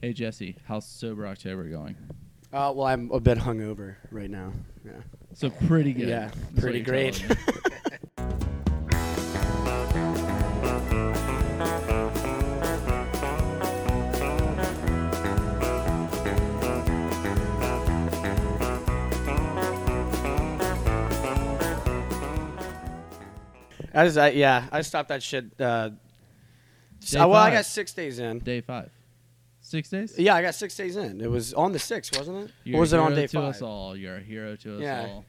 Hey Jesse, how's sober October going? Uh, well, I'm a bit hungover right now. Yeah. So pretty good. Yeah. is what pretty you're great. telling me. I just, I, yeah, I stopped that shit. Uh, s- Day uh, well, I five. got six days in. Day five, six days. Yeah, I got six days in. It was on the sixth, wasn't it? You're or was a it on hero day to us five? all. You're a hero to us Yeah. all.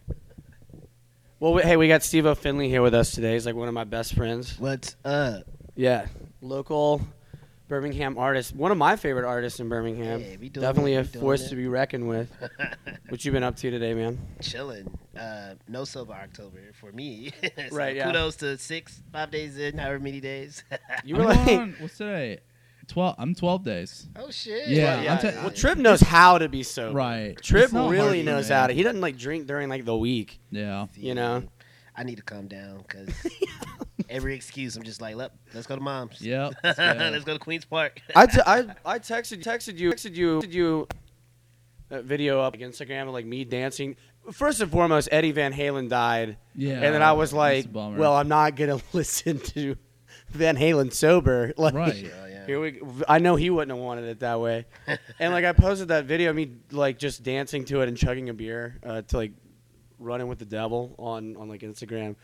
Well, we, hey, we got Steve O. Finley here with us today. He's like one of my best friends. What's up? Yeah, local Birmingham artist. One of my favorite artists in Birmingham. Hey, we doing Definitely it, a we doing force it. to be reckoned with. what you been up to today, man? Chilling. Uh, no sober October for me. So Right, yeah. Kudos to six, five days in, however many days. You were I'm like, on- what's today? Twelve. I'm twelve days. oh shit. Yeah, I'm te- well, Trip knows how to be sober. Right. Oh. Trip It's not hard really for knows me. how to. He doesn't like drink during like the week. Yeah. you know. I need to calm down because every excuse, I'm just like, "Let- let's go to mom's. Yep. let's, let's go. go. to Queens Park. I, t- I, I texted texted you texted you texted you that video up on Instagram of like me dancing. First and foremost, Eddie Van Halen died, Yeah. and then I was that's a like, bummer. well, I'm not gonna listen to Van Halen sober. Like, Right. Oh, yeah. Here we. I know he wouldn't have wanted it that way, and like I posted that video of me like just dancing to it and chugging a beer uh, to like running with the devil on on like Instagram,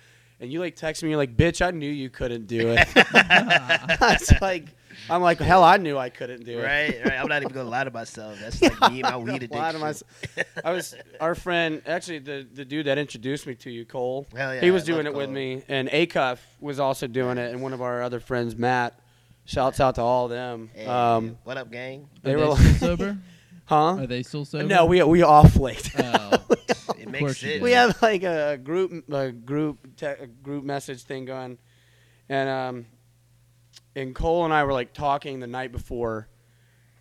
and you like text me you're like bitch I knew you couldn't do it. I was like I'm like hell I knew I couldn't do it. Right, right. I'm not even gonna lie to myself. That's like me and my weed addiction. Lie to mys- I was our friend actually the the dude that introduced me to you Cole. Hell yeah, he was I doing it with love Cole. me, and Acuff was also doing it, and one of our other friends Matt. Shouts out to all of them. Hey, Um, what up, gang? Are they they were still like, sober? huh? Are they still sober? No, we we all flaked. Oh. It Of makes course you sense. did. we have like a group a group te- a group message thing going, and um, and Cole and I were like talking the night before,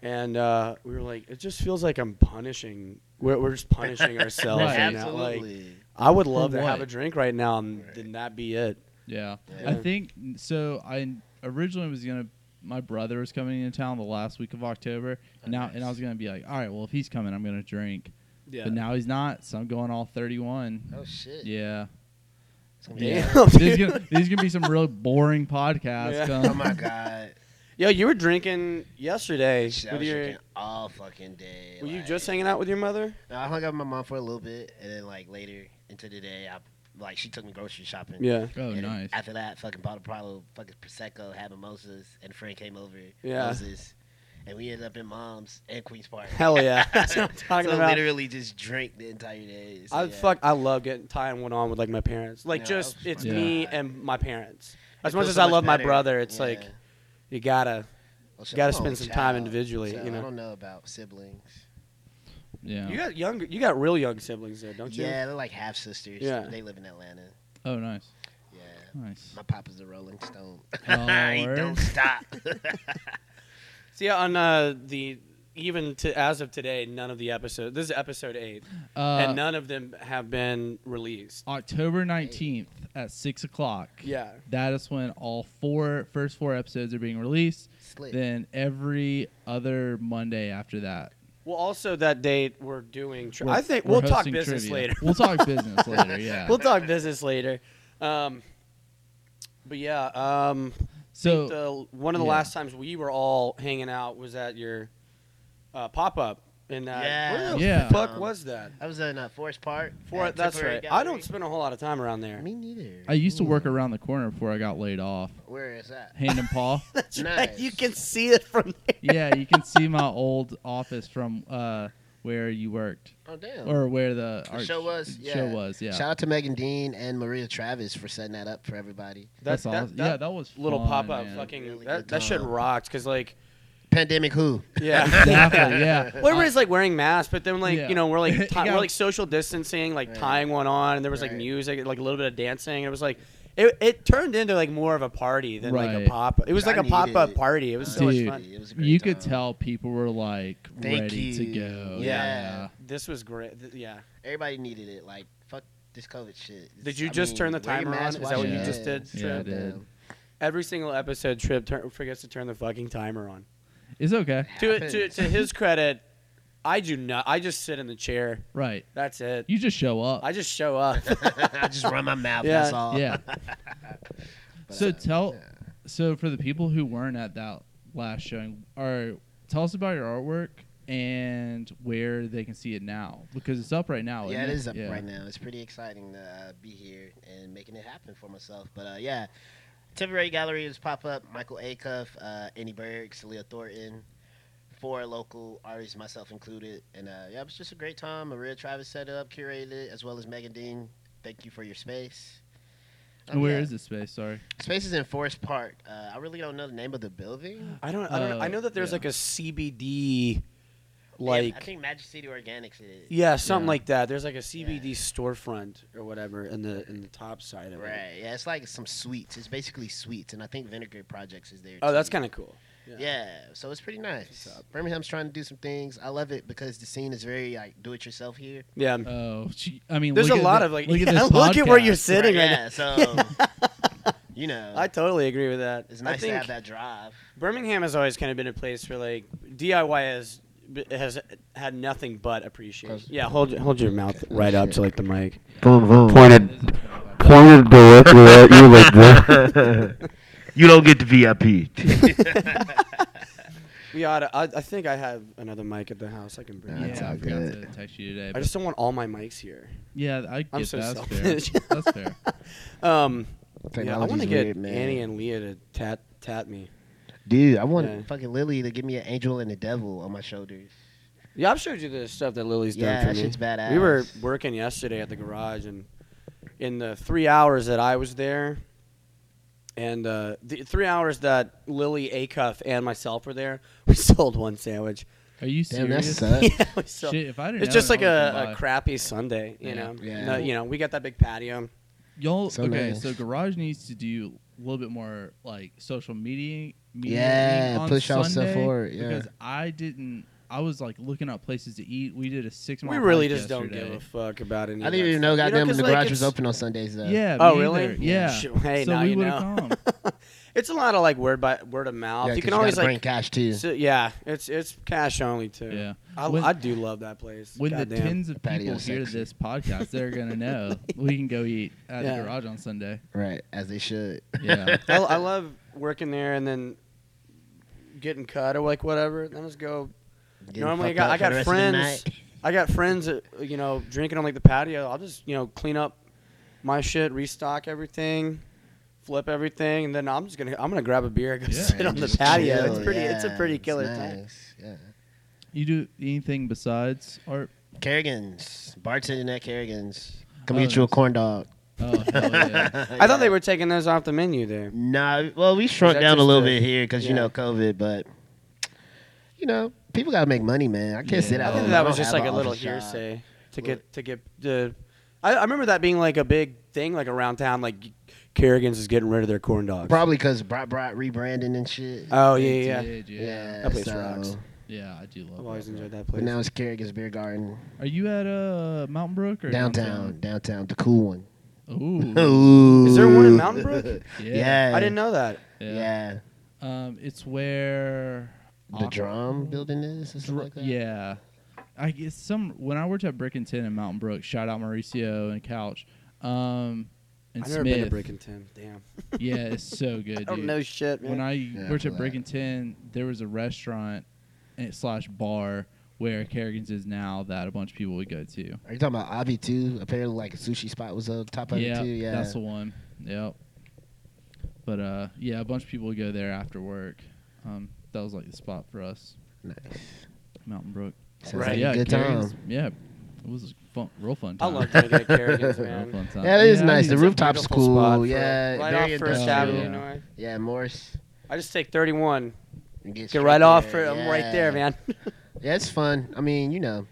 and uh, we were like, it just feels like I'm punishing. We're, we're just punishing ourselves Right. right now. Like Absolutely. I would love For to have what? a drink right now, and then that be it. Yeah. Yeah. I think so. I originally was gonna. My brother was coming into town the last week of October. Oh, and now, and I nice. was gonna be like, all right, well, if he's coming, I'm gonna drink. Yeah. But now he's not, so I'm going all 31. oh shit. Yeah. It's gonna be Damn. hard. These gonna, these gonna be some real boring podcasts. Yeah. come- Oh my god. Yo, you were drinking yesterday. Shit, I with was your, drinking all fucking day. were you like- just hanging out with your mother? No, I hung out with my mom for a little bit, and then like later into the day, I like she took me grocery shopping. Yeah. Oh, And then nice. After that, fucking bought a bottle of fucking prosecco, had mimosas, and a friend came over. Yeah. Moses, and we ended up in mom's and Queens Park. Hell yeah. That's what I'm talking so about. literally just drank the entire day. So, I yeah. fuck. I love getting tying one on with like my parents. Like Yeah, just that was it's fun. me Yeah. and my parents. It As much feels as so I love my better. brother, it's Yeah. like you gotta. Well, shit, gotta I'm spend a some time individually, so you know? I don't know about siblings. yeah. You got younger. You got real young siblings there, don't you? Yeah, they're like half sisters. Yeah. They live in Atlanta. oh, nice. Yeah. Nice. My papa's a Rolling Stone. Oh, he word. don't stop. See, on uh, the even to as of today, none of the episode. This is episode eight, Uh, and none of them have been released. October 19th at 6 o'clock. Yeah. That is when all four first four episodes are being released. Slick. Then every other Monday after that. Well, also that date we're doing. Tri- we're- I think we're we'll talk hosting business trivia. later. We'll talk business later. Yeah. we'll talk business later. Um, but yeah, um, so the one of the Yeah. last times we were all hanging out was at your uh, pop up in uh, Yeah. where the Yeah. fuck Um, was that? I was in uh, Forest Park. For at that's Temporary right. I Gallery. don't spend a whole lot of time around there. Me neither. I used to work Hmm. around the corner before I got laid off. Where is that? Hand and paw. That's Nice. You can see it from there. yeah, you can see my old office from uh, where you worked Oh damn. or where the, The art show was. Yeah. show was. Yeah, Shout out to Megan Dean and Maria Travis for setting that up for everybody. that's that, awesome. that yeah, that was little fun, pop up, man. fucking Really that, good that shit time. rocked. Cause like, Pandemic who? yeah. Exactly. Yeah. Well, everybody's like wearing masks, but then like Yeah. you know we're like It ti- got- we're like social distancing, like Right. tying one on, and there was like Right. music, like a little bit of dancing. It was like it, it turned into like more of a party than like Right. a pop. up. It was I like a needed pop up it. party. It was so much Dude. fun. It was a great you could time. tell people were like Thank ready to you. go. Yeah. This was great. Th- yeah. Everybody needed it. Like fuck this COVID shit. Did you I just mean, turn the wear your timer on? mask, Is wash that what your you just hands. did? Yeah, I Shut did. down. Every single episode trip tur forgets to turn the fucking timer on. It's okay. To, happens. to to his credit, I do not. I just sit in the chair. Right. That's it. You just show up. I just show up. I just run my mouth. Yeah. That's all. yeah. But, so uh, tell yeah. so for the people who weren't at that last showing, or tell us about your artwork and where they can see it now because it's up right now. Yeah, it isn't is up right now. It's pretty exciting to uh, be here and making it happen for myself. But uh, yeah, temporary galleries pop up. Michael Acuff, uh, Annie Berg, Celia Thornton, four local artists, myself included. And uh, yeah, it was just a great time. Maria Travis set it up, curated it, as well as Megan Dean. Thank you for your space. Um, And where yeah. is this space? Sorry. Space is in Forest Park. Uh, I really don't know the name of the building. I don't. I don't. I Uh, know that there's yeah. like a CBD, like I think Magic City Organics it is. yeah, something Yeah. like that. There's like a CBD storefront or whatever in the in the top side of it. Right. Yeah, it's like some sweets. It's basically sweets, and I think Vinegar Projects is there. Oh, that's too. kind of cool. Yeah, so it's pretty nice. What's up? Birmingham's trying to do some things. I love it because the scene is very like do it yourself here. Yeah. Oh, gee, I mean, There's look a at lot the- of like. Look at yeah, this look at where you're podcast. sitting right, yeah, so you know, now. I totally agree with that. it's nice I think to have that drive. Birmingham has always kind of been a place for like DIY has has had nothing but appreciation. Close. Yeah, hold hold your mouth right up to like the mic. This is Pointed, terrible. pointed directly at you like that. you don't get the VIP. We ought to, I, I think I have another mic at the house. I can bring. Nah, it. it's Yeah, all I forgot good. to text you today. I but- just don't want all my mics here. yeah, I get I'm so that. That's selfish. fair. That's fair. Um, yeah, I want to Technology's get weird, man. Annie and Leah to tat tat me. Dude, I want Yeah. fucking Lily to give me an angel and a devil on my shoulders. Yeah, I've showed you the stuff that Lily's Yeah, done for that me. shit's badass. We were working yesterday at the garage, and in the three hours that I was there, and uh, the three hours that Lily Acuff and myself were there, we sold one sandwich. Are you Damn, that serious? sucks. yeah, we sold. Shit, if I didn't It's know just that, I like would've a, come a by. crappy Sunday, you Yeah. know. Yeah. No, you know, we got that big patio. Y'all So okay? nice. So garage needs to do a little bit more like social media. media Yeah, on push y'all stuff Sunday, forward, yeah. Because I didn't. I was like looking up places to eat. We did a six. We really just don't give a fuck about any. I of didn't that even know stuff. You goddamn because, the like, garage was it's- open on Sundays though. yeah. Oh, me really? either. Yeah. Shit, Hey, so now we you would've know. come. It's a lot of like word by word of mouth. Yeah, you 'cause can always gotta like bring cash too. So, yeah, it's it's cash only too. Yeah. I, When- I do love that place. When the Goddamn. tens of Patio people hear sexy. this podcast, they're gonna know we can go eat at Yeah. the garage on Sunday. Right, as they should. Yeah. I, I love working there and then getting cut or like whatever. Then let's go. Getting Normally I fucked got- up I for got the rest of the friends. night. I got friends that you know drinking on like the patio. I'll just you know clean up my shit, restock everything, flip everything, and then I'm just gonna I'm gonna grab a beer and go Yeah. sit on Right, the just patio. chill, it's pretty. it's a yeah, pretty it's killer time. nice, Yeah. You do anything besides art? Kerrigan's bartending at Kerrigan's. Come Oh, get you a nice. corn dog. Oh, hell yeah. I thought they were taking those off the menu there. Nah, well, we shrunk that down a just little a- bit here because yeah. you know COVID, but you know people gotta make money, man. I can't sit Yeah. out. I think Oh, that I was just like a little hearsay. hearsay to Look. get to get the. I, I remember that being like a big thing, like around town, like Kerrigan's is getting rid of their corn dogs. Probably because Brat Brat rebranding and shit. Oh They yeah, yeah. did, yeah, yeah. That place so- rocks. Yeah, I do love. I've always that. enjoyed that But place. now it's Kerrigan's Beer Garden Are you at uh Mountain Brook or downtown, downtown, the cool one. downtown? Ooh, Ooh. Mm. Is there one in Mountain Brook? yeah. yeah, I didn't know that. Yeah, Um, it's where the Aqua- drum building is. Or something Dr- like that? yeah, I guess some when I worked at Brickington and Mountain Brook, shout out Mauricio and Couch, um, and I've never Smith. been to Brickington. Damn, yeah, it's so good. I don't dude. know shit, man. when I worked I at know that. Brickington, there was a restaurant and- slash bar where Kerrigan's is now that a bunch of people would go to. Are you talking about Avi too? Apparently, like a sushi spot was on top of it Yeah, too. Yeah, that's the one. Yep. But uh, yeah, a bunch of people would go there after work. Um, that was like the spot for us, nice. Mountain Brook. Sounds So, Right. like yeah, a good Kerrigan's- time. Yeah, it was a fun, real fun. I Time. love drinking at Kerrigan's, Real man. fun time. Yeah, it is I nice. mean, The It's a rooftop's beautiful cool, spot for- yeah, right very off First industrial. Avenue. Yeah. You know, I- Yeah, Morris. I just take 31. and Get straight right off. For, there. I'm right there, Yeah. man. Yeah, it's fun. I mean, you know,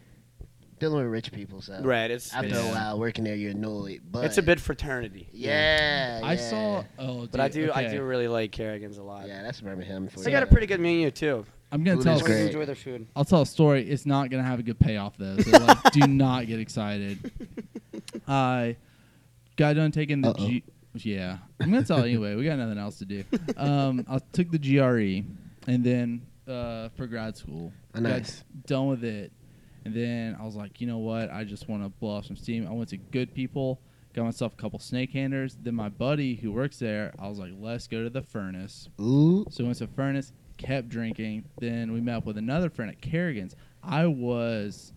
dealing with rich people, so right. It's after Yeah. a while working there, you're annoyed. But it's a bit fraternity. Yeah, I yeah. saw. Oh, dude, But I do I okay. do really like Kerrigan's a lot. Yeah, that's Birmingham. For They you. got a pretty good menu too. I'm gonna Food tell. is a great. s- Enjoy their food. I'll tell a story. It's not gonna have a good payoff though. So like, do not get excited. I got done taking the Uh-oh. G. Yeah, I'm gonna tell anyway. We got nothing else to do. Um, I took the GRE, E and then uh, for grad school. Oh, nice. Got done with it, and then I was like, you know what? I just want to blow off some steam. I went to good people, got myself a couple snake handlers. Then my buddy who works there, I was like, let's go to the furnace. Ooh. So we went to furnace, kept drinking. Then we met up with another friend at Kerrigan's. I was,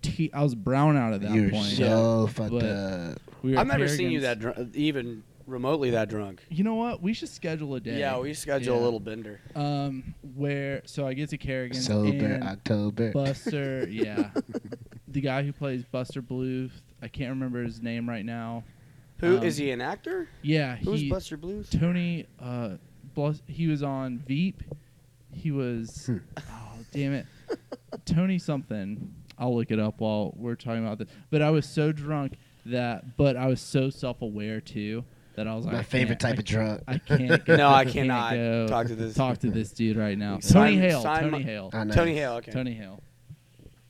te- I was brown out at that You're point. so fucked But- up. We were I've at never seen you Kerrigan's. that drunk, even remotely that drunk. You know what? We should schedule a day. Yeah, we schedule a Yeah. little bender. Um, where so I get to Kerrigan Sober and October. Buster, yeah, the guy who plays Buster Bluth. I can't remember his name right now. Who is Um, he? An actor? Yeah, Who's he Buster Blues? Tony. Uh, Blus- he was on Veep. He was. Hmm. Oh damn it, Tony something. I'll look it up while we're talking about this. But I was so drunk that, but I was so self-aware too that I was like, My I favorite can't- I type of drug. I can't. Go, No, I can't cannot go talk to this. talk to this dude right now. Sign- Tony Hale. sign Tony my- Hale. Oh, nice. Tony Hale. Okay. Tony Hale.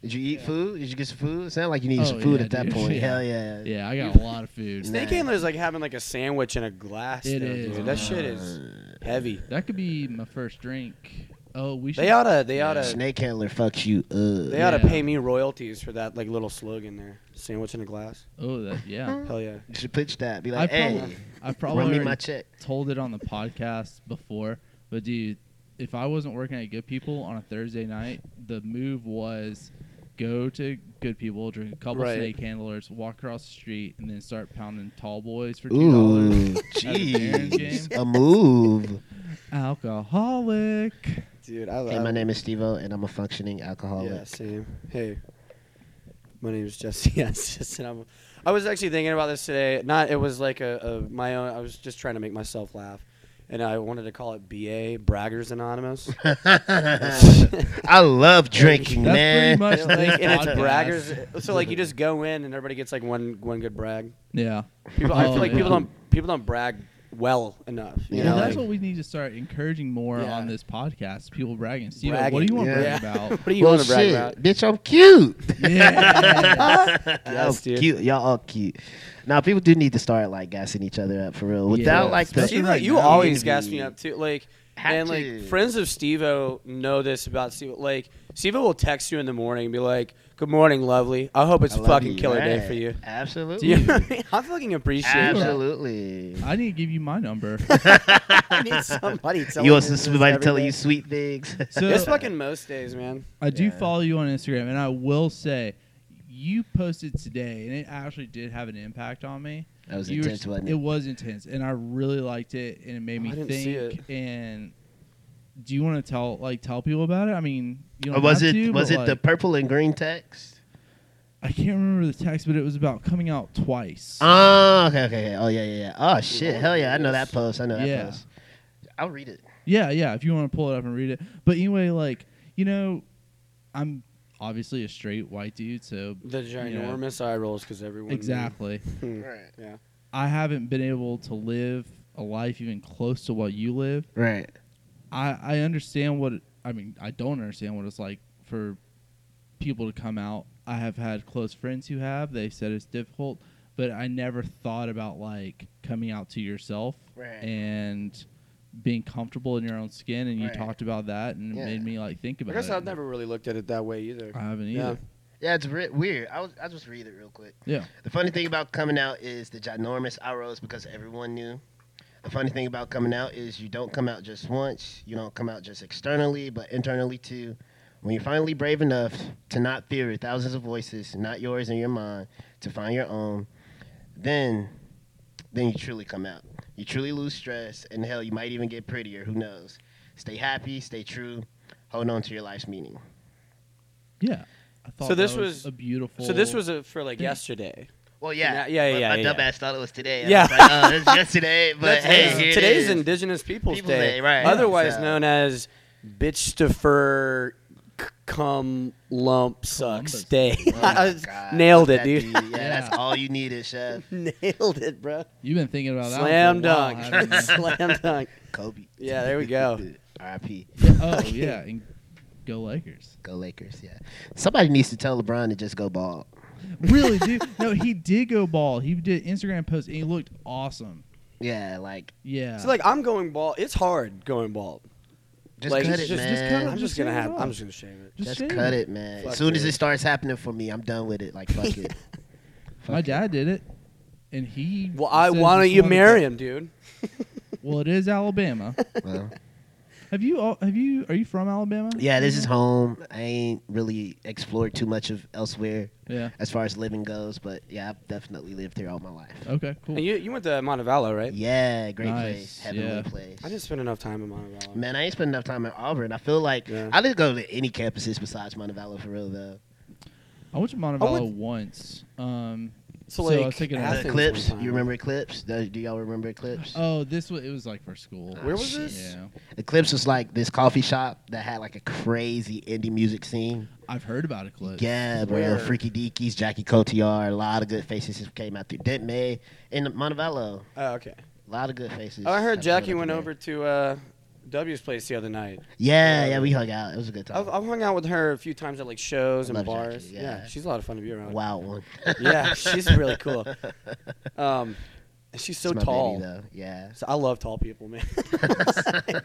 Did you eat food? Did you get some food? It sounded like you needed Oh, some food yeah, at that dude. point. Yeah. Hell yeah. Yeah, I got a lot of food. Snake Nah. handler is like having like a sandwich and a glass. It though, is. Dude. That shit is heavy. That could be my first drink. Oh, we should. They oughta. They Yeah. oughta. Snake handler fucks you up. They Yeah. oughta pay me royalties for that like little slogan there. Sandwich and a glass. Oh, that, yeah. Hell yeah. You should pitch that. Be like, I hey, probably- I probably run me already my check. told it on the podcast before, but dude, if I wasn't working at Good People on a Thursday night, the move was go to Good People, drink a couple Right. snake handlers, walk across the street, and then start pounding tall boys for two dollars. at Ooh, a Baron game. jeez. A move. Alcoholic. Dude, I love. Hey, my name is Stevo, and I'm a functioning alcoholic. Yeah, same. Hey, my name is Jesse. Yeah, it's just- and I'm- I was actually thinking about this today. Not it was like a, a my own. I was just trying to make myself laugh, and I wanted to call it BA Braggers Anonymous. I love drinking, That's pretty man. much And, this like, and it's podcast. braggers. So like you just go in and everybody gets like one one good brag. Yeah. People, I Oh, feel like yeah. people don't people don't brag well enough. You Yeah. Well, know, that's like, what we need to start encouraging more Yeah. on this podcast. People bragging. Steve, what do Bragging. you want to Yeah. brag about? what do you well, want to brag shit, about? bitch, I'm cute. yeah. Y'all Yes, dude. cute. Y'all all cute. Now, people do need to start like gassing each other up for real. Without Yeah. like Especially the You, right you now. always Be- gas me up too. Like Have and like to. friends of Stevo know this about Stevo. Like Stevo will text you in the morning and be like, "Good morning, lovely. I hope it's I a love fucking you, killer day right. for you." Do Absolutely. you know what I mean? I fucking appreciate that. Absolutely. I need to give you my number. I need somebody telling me You want some- this somebody every telling day. you sweet things? So- It's fucking most days, man. I do Yeah. follow you on Instagram, and I will say, you posted today, and it actually did have an impact on me. that was You were- intense, wasn't It it? was intense, and I really liked it, and it made Oh, me I didn't think. see And do you want to tell like tell people about it? I mean, you don't Uh, was have it to, was but, it the like, purple and green text? I can't remember the text, but it was about coming out twice. Oh, okay, okay, okay. Oh, yeah, yeah, yeah. Oh, shit. Hell yeah. I know that Yes. post. I know that Yeah. post. I'll read it. Yeah, yeah. If you want to pull it up and read it, but anyway, like you know, I'm obviously a straight white dude, so The ginormous eye rolls because everyone exactly. Hmm. Right. I haven't been able to live a life even close to what you live. Right. I I understand what it- I mean. I don't understand what it's like for people to come out. I have had close friends who have. They said it's difficult, but I never thought about like coming out to yourself Right. and being comfortable in your own skin. And you Right. talked about that, and Yeah. it made me like think I about. guess it. I've never really looked at it that way either. I haven't Yeah. either. Yeah, it's re- weird. I was, I'll just read it real quick. Yeah. The funny thing about coming out is the ginormous outrose because everyone knew. The funny thing about coming out is you don't come out just once. You don't come out just externally, but internally too. When you're finally brave enough to not fear thousands of voices, not yours in your mind, to find your own, then, then you truly come out. You truly lose stress, and hell, you might even get prettier. Who knows? Stay happy, stay true, hold on to your life's meaning. Yeah. I thought So this that was- a beautiful. So this was a, for like Thing. yesterday. Well, yeah, Yeah, yeah, My- yeah, My, yeah, dumbass thought it was today. Yeah. Yeah, like, oh, it's yesterday, but That's- hey, that's- here it today's is. Indigenous Peoples, Peoples' Day, right. Otherwise So- known as Bitch Defer c- Cum Lump Columbus. Sucks day. Oh my I God, nailed it, that dude. Yeah, that's Yeah. all you needed, chef. nailed it, bro. You've been thinking about that. one Slam for a while, dunk. haven't you? Slam dunk. Kobe. Yeah, there we go. R.I.P. oh yeah, and go Lakers. Go Lakers. Yeah. Somebody needs to tell LeBron to just go ball. Really, dude? No, he did go ball. He did Instagram post, and he looked awesome. Yeah, like Yeah. So like I'm going bald. It's hard going bald. Just Like, cut it, just- just man. cut I'm just gonna shave it have. off. I'm just gonna shave it. Just Just shave cut it. it, man. Fuck as soon as it. it starts happening for me, I'm done with it. Like fuck it. Fuck My it. dad did it, and he. Well, I says why don't it's you one of the- marry him, dude? Well, it is Alabama. Well, have you? al- Have you? Are you from Alabama? yeah, this is home. I ain't really explored too much of elsewhere Yeah. as far as living goes, but yeah, I've definitely lived here all my life. Okay. Cool. And you you went to Montevallo, right? Yeah, great Nice, place, heavenly yeah. place. I didn't spend enough time in Montevallo. Man, I ain't spend enough time in Auburn. I feel like Yeah. I didn't go to any campuses besides Montevallo for real though. I went to I Montevallo went- once. Um. so so like I was thinking of Athens that. one Eclipse, time. you remember Eclipse? Do do y'all remember Eclipse? Oh, this was. It was like for school. Where was shit. this? Yeah. Eclipse was like this coffee shop that had like a crazy indie music scene. I've heard about Eclipse. Yeah, bro. Where? Freaky Deakies, Jackie Cotillard, a lot of good faces who came out through Dent May and Montevallo. Oh, okay. A lot of good faces. Oh, I heard have Jackie showed up went in there. over to uh, W's place the other night. Yeah, yeah, we hung out. It was a good time. uh, I've, I've hung out with her a few times at like shows I and love bars. Jackie, yeah. yeah. she's a lot of fun to be around. Wild one. Yeah, she's really cool. Um, and she's so It's my tall. Baby, though. Yeah. So I love tall people, man. You're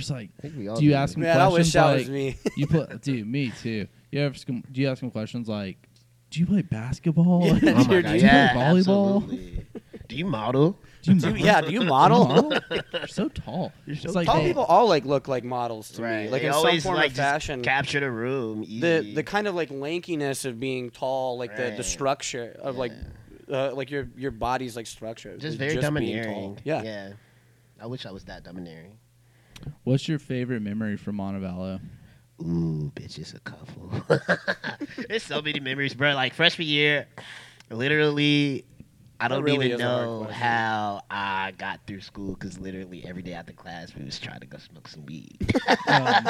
just like, I think we all do you do. ask him man, I questions wish that like, was me. you play, dude, me too. You ever, sc- do you ask him questions like, do you play basketball? Yeah, do you Oh my play Dude, God, do you yeah, volleyball? absolutely. Do you model? Do you Do you- model? yeah, do you model? You're so tall. You're so it's like tall they- people all like look like models to me, like They in some always, form like, of just fashion. Capture the room. Easy. the the kind of like lankiness of being tall, like the, the Right. structure of like uh, like your your body's like structure, is just very being tall. domineering. Yeah. Yeah. I wish I was that domineering. What's your favorite memory from Montevallo? Ooh, bitch, it's a couple. There's so many memories, bro. Like freshman year, literally, I That don't really is even a hard know question. how I got through school because literally every day after class we was trying to go smoke some weed. Um,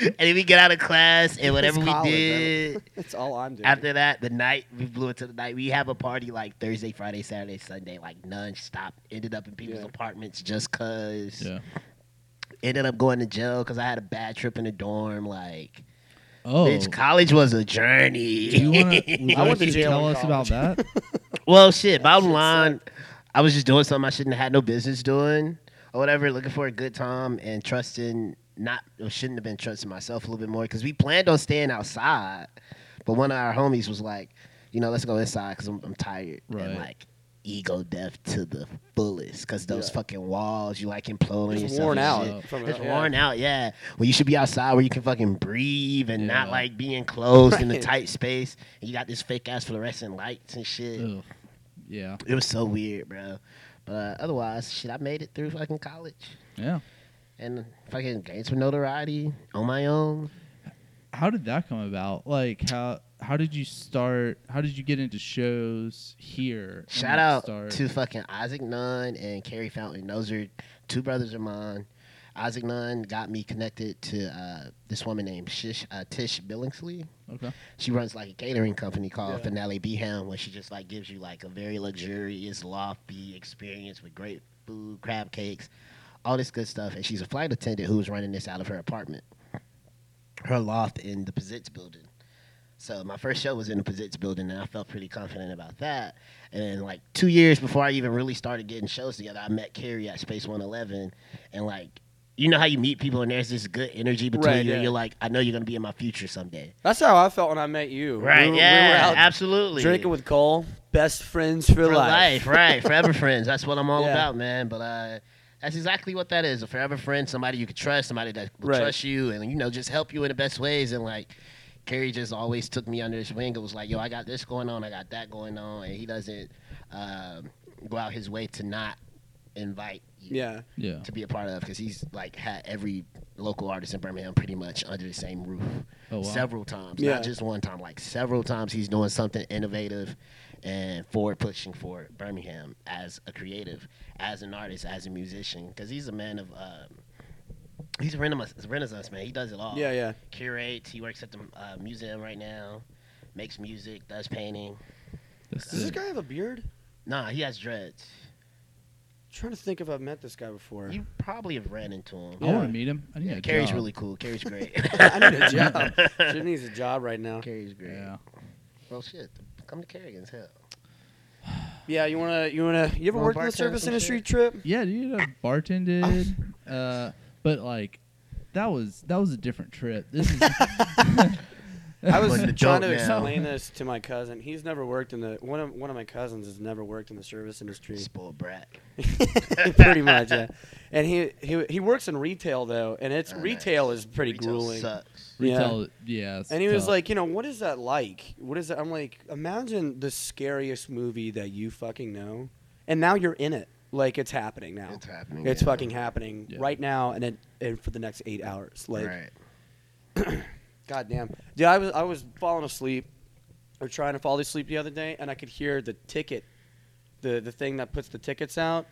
and then we get out of class and whatever we college, did That's all I'm doing. after that, the night we blew it to the night. We have a party like Thursday, Friday, Saturday, Sunday, like nonstop. Ended up in people's Yeah. apartments just cause. yeah. Ended up going to jail because I had a bad trip in the dorm. Like, Oh, bitch, college was a journey. do you want I went to to jail tell in us about that? Well, shit. That Bottom shit line, I was just doing something I shouldn't have had no business doing, or whatever. Looking for a good time and trusting not or shouldn't have been trusting myself a little bit more because we planned on staying outside, but one of our homies was like, you know, let's go inside because I'm, I'm tired Right. and like ego death to the fullest because those Yeah. fucking walls you like implode on It's yourself. worn and out. shit. from It's it, yeah. worn out, yeah. Well, you should be outside where you can fucking breathe and not Yeah. like be enclosed in a Right. tight space. And you got this fake ass fluorescent lights and shit. Ugh. Yeah, It was so weird, bro. But uh, otherwise, shit, I made it through fucking college yeah. and fucking gained some notoriety on my own. How did that come about? Like how how did you start? How did you get into shows here? and, Shout like, out start- to fucking Isaac Nunn and Carrie Fountain. Those are two brothers of mine. Isaac Nunn got me connected to uh, this woman named Shish, uh, Tish Billingsley. okay. She runs like a catering company called Yeah. Finale Beeham, where she just like gives you like a very luxurious, lofty experience with great food, crab cakes, all this good stuff. And she's a flight attendant who's running this out of her apartment, her loft in the Pizitz building. So my first show was in the Pizitz building, and I felt pretty confident about that. And then, like two years before I even really started getting shows together, I met Carrie at Space One Eleven, and like. You know how you meet people and there's this good energy between Right, you, yeah. and you're like, I know you're gonna be in my future someday. That's how I felt when I met you. Right. We were- we were yeah. out absolutely. Drinking with Cole, best friends for, For life. right? Forever friends. That's what I'm all Yeah. about, man. But uh, that's exactly what that is—a forever friend, somebody you can trust, somebody that will Right. trust you, and you know, just help you in the best ways. And like, Kerry just always took me under his wing. It was like, yo, I got this going on, I got that going on, and he doesn't um go out his way to not invite you Yeah. Yeah. to be a part of because he's like had every local artist in Birmingham pretty much under the same roof Oh wow. several times, Yeah. not just one time. Like several times, he's doing something innovative and forward pushing for Birmingham as a creative, as an artist, as a musician. Because he's a man of, um, he's a renaissance, renaissance man. He does it all. Yeah, yeah. Curates. He works at the uh, museum right now. Makes music. Does painting. That's Does this sick. guy have a beard? I'm Nah, he has dreads. trying to think if I've met this guy before. You probably have ran into him. I want to meet him. I need Yeah, a Carrie's job. really cool. Carrie's great. I need a job. Jim needs a job right now. Carrie's great. Yeah. Well, shit. Come to Kerrigan's hell. Yeah, you wanna you wanna you ever worked Wanna in the bartend service some industry shit? trip? Yeah, dude. I bartended. uh, But like, that was that was a different trip. This is I was Like an trying adult to now. explain this to my cousin. He's never worked in the one of one of my cousins has never worked in the service industry. Spoiled brat. pretty much, yeah. And he, he he works in retail though, and it's Oh, nice. retail is pretty Retail grueling. Sucks. Yeah. retail. Yeah. it's And he was tough. like, you know, what is that like? What is that? I'm like, imagine the scariest movie that you fucking know, and now you're in it. Like it's happening now. It's happening. It's yeah. fucking happening Yeah. right now, and then and for the next eight hours. Like, right. goddamn, dude, I was I was falling asleep or trying to fall asleep the other day, and I could hear the ticket, the the thing that puts the tickets out.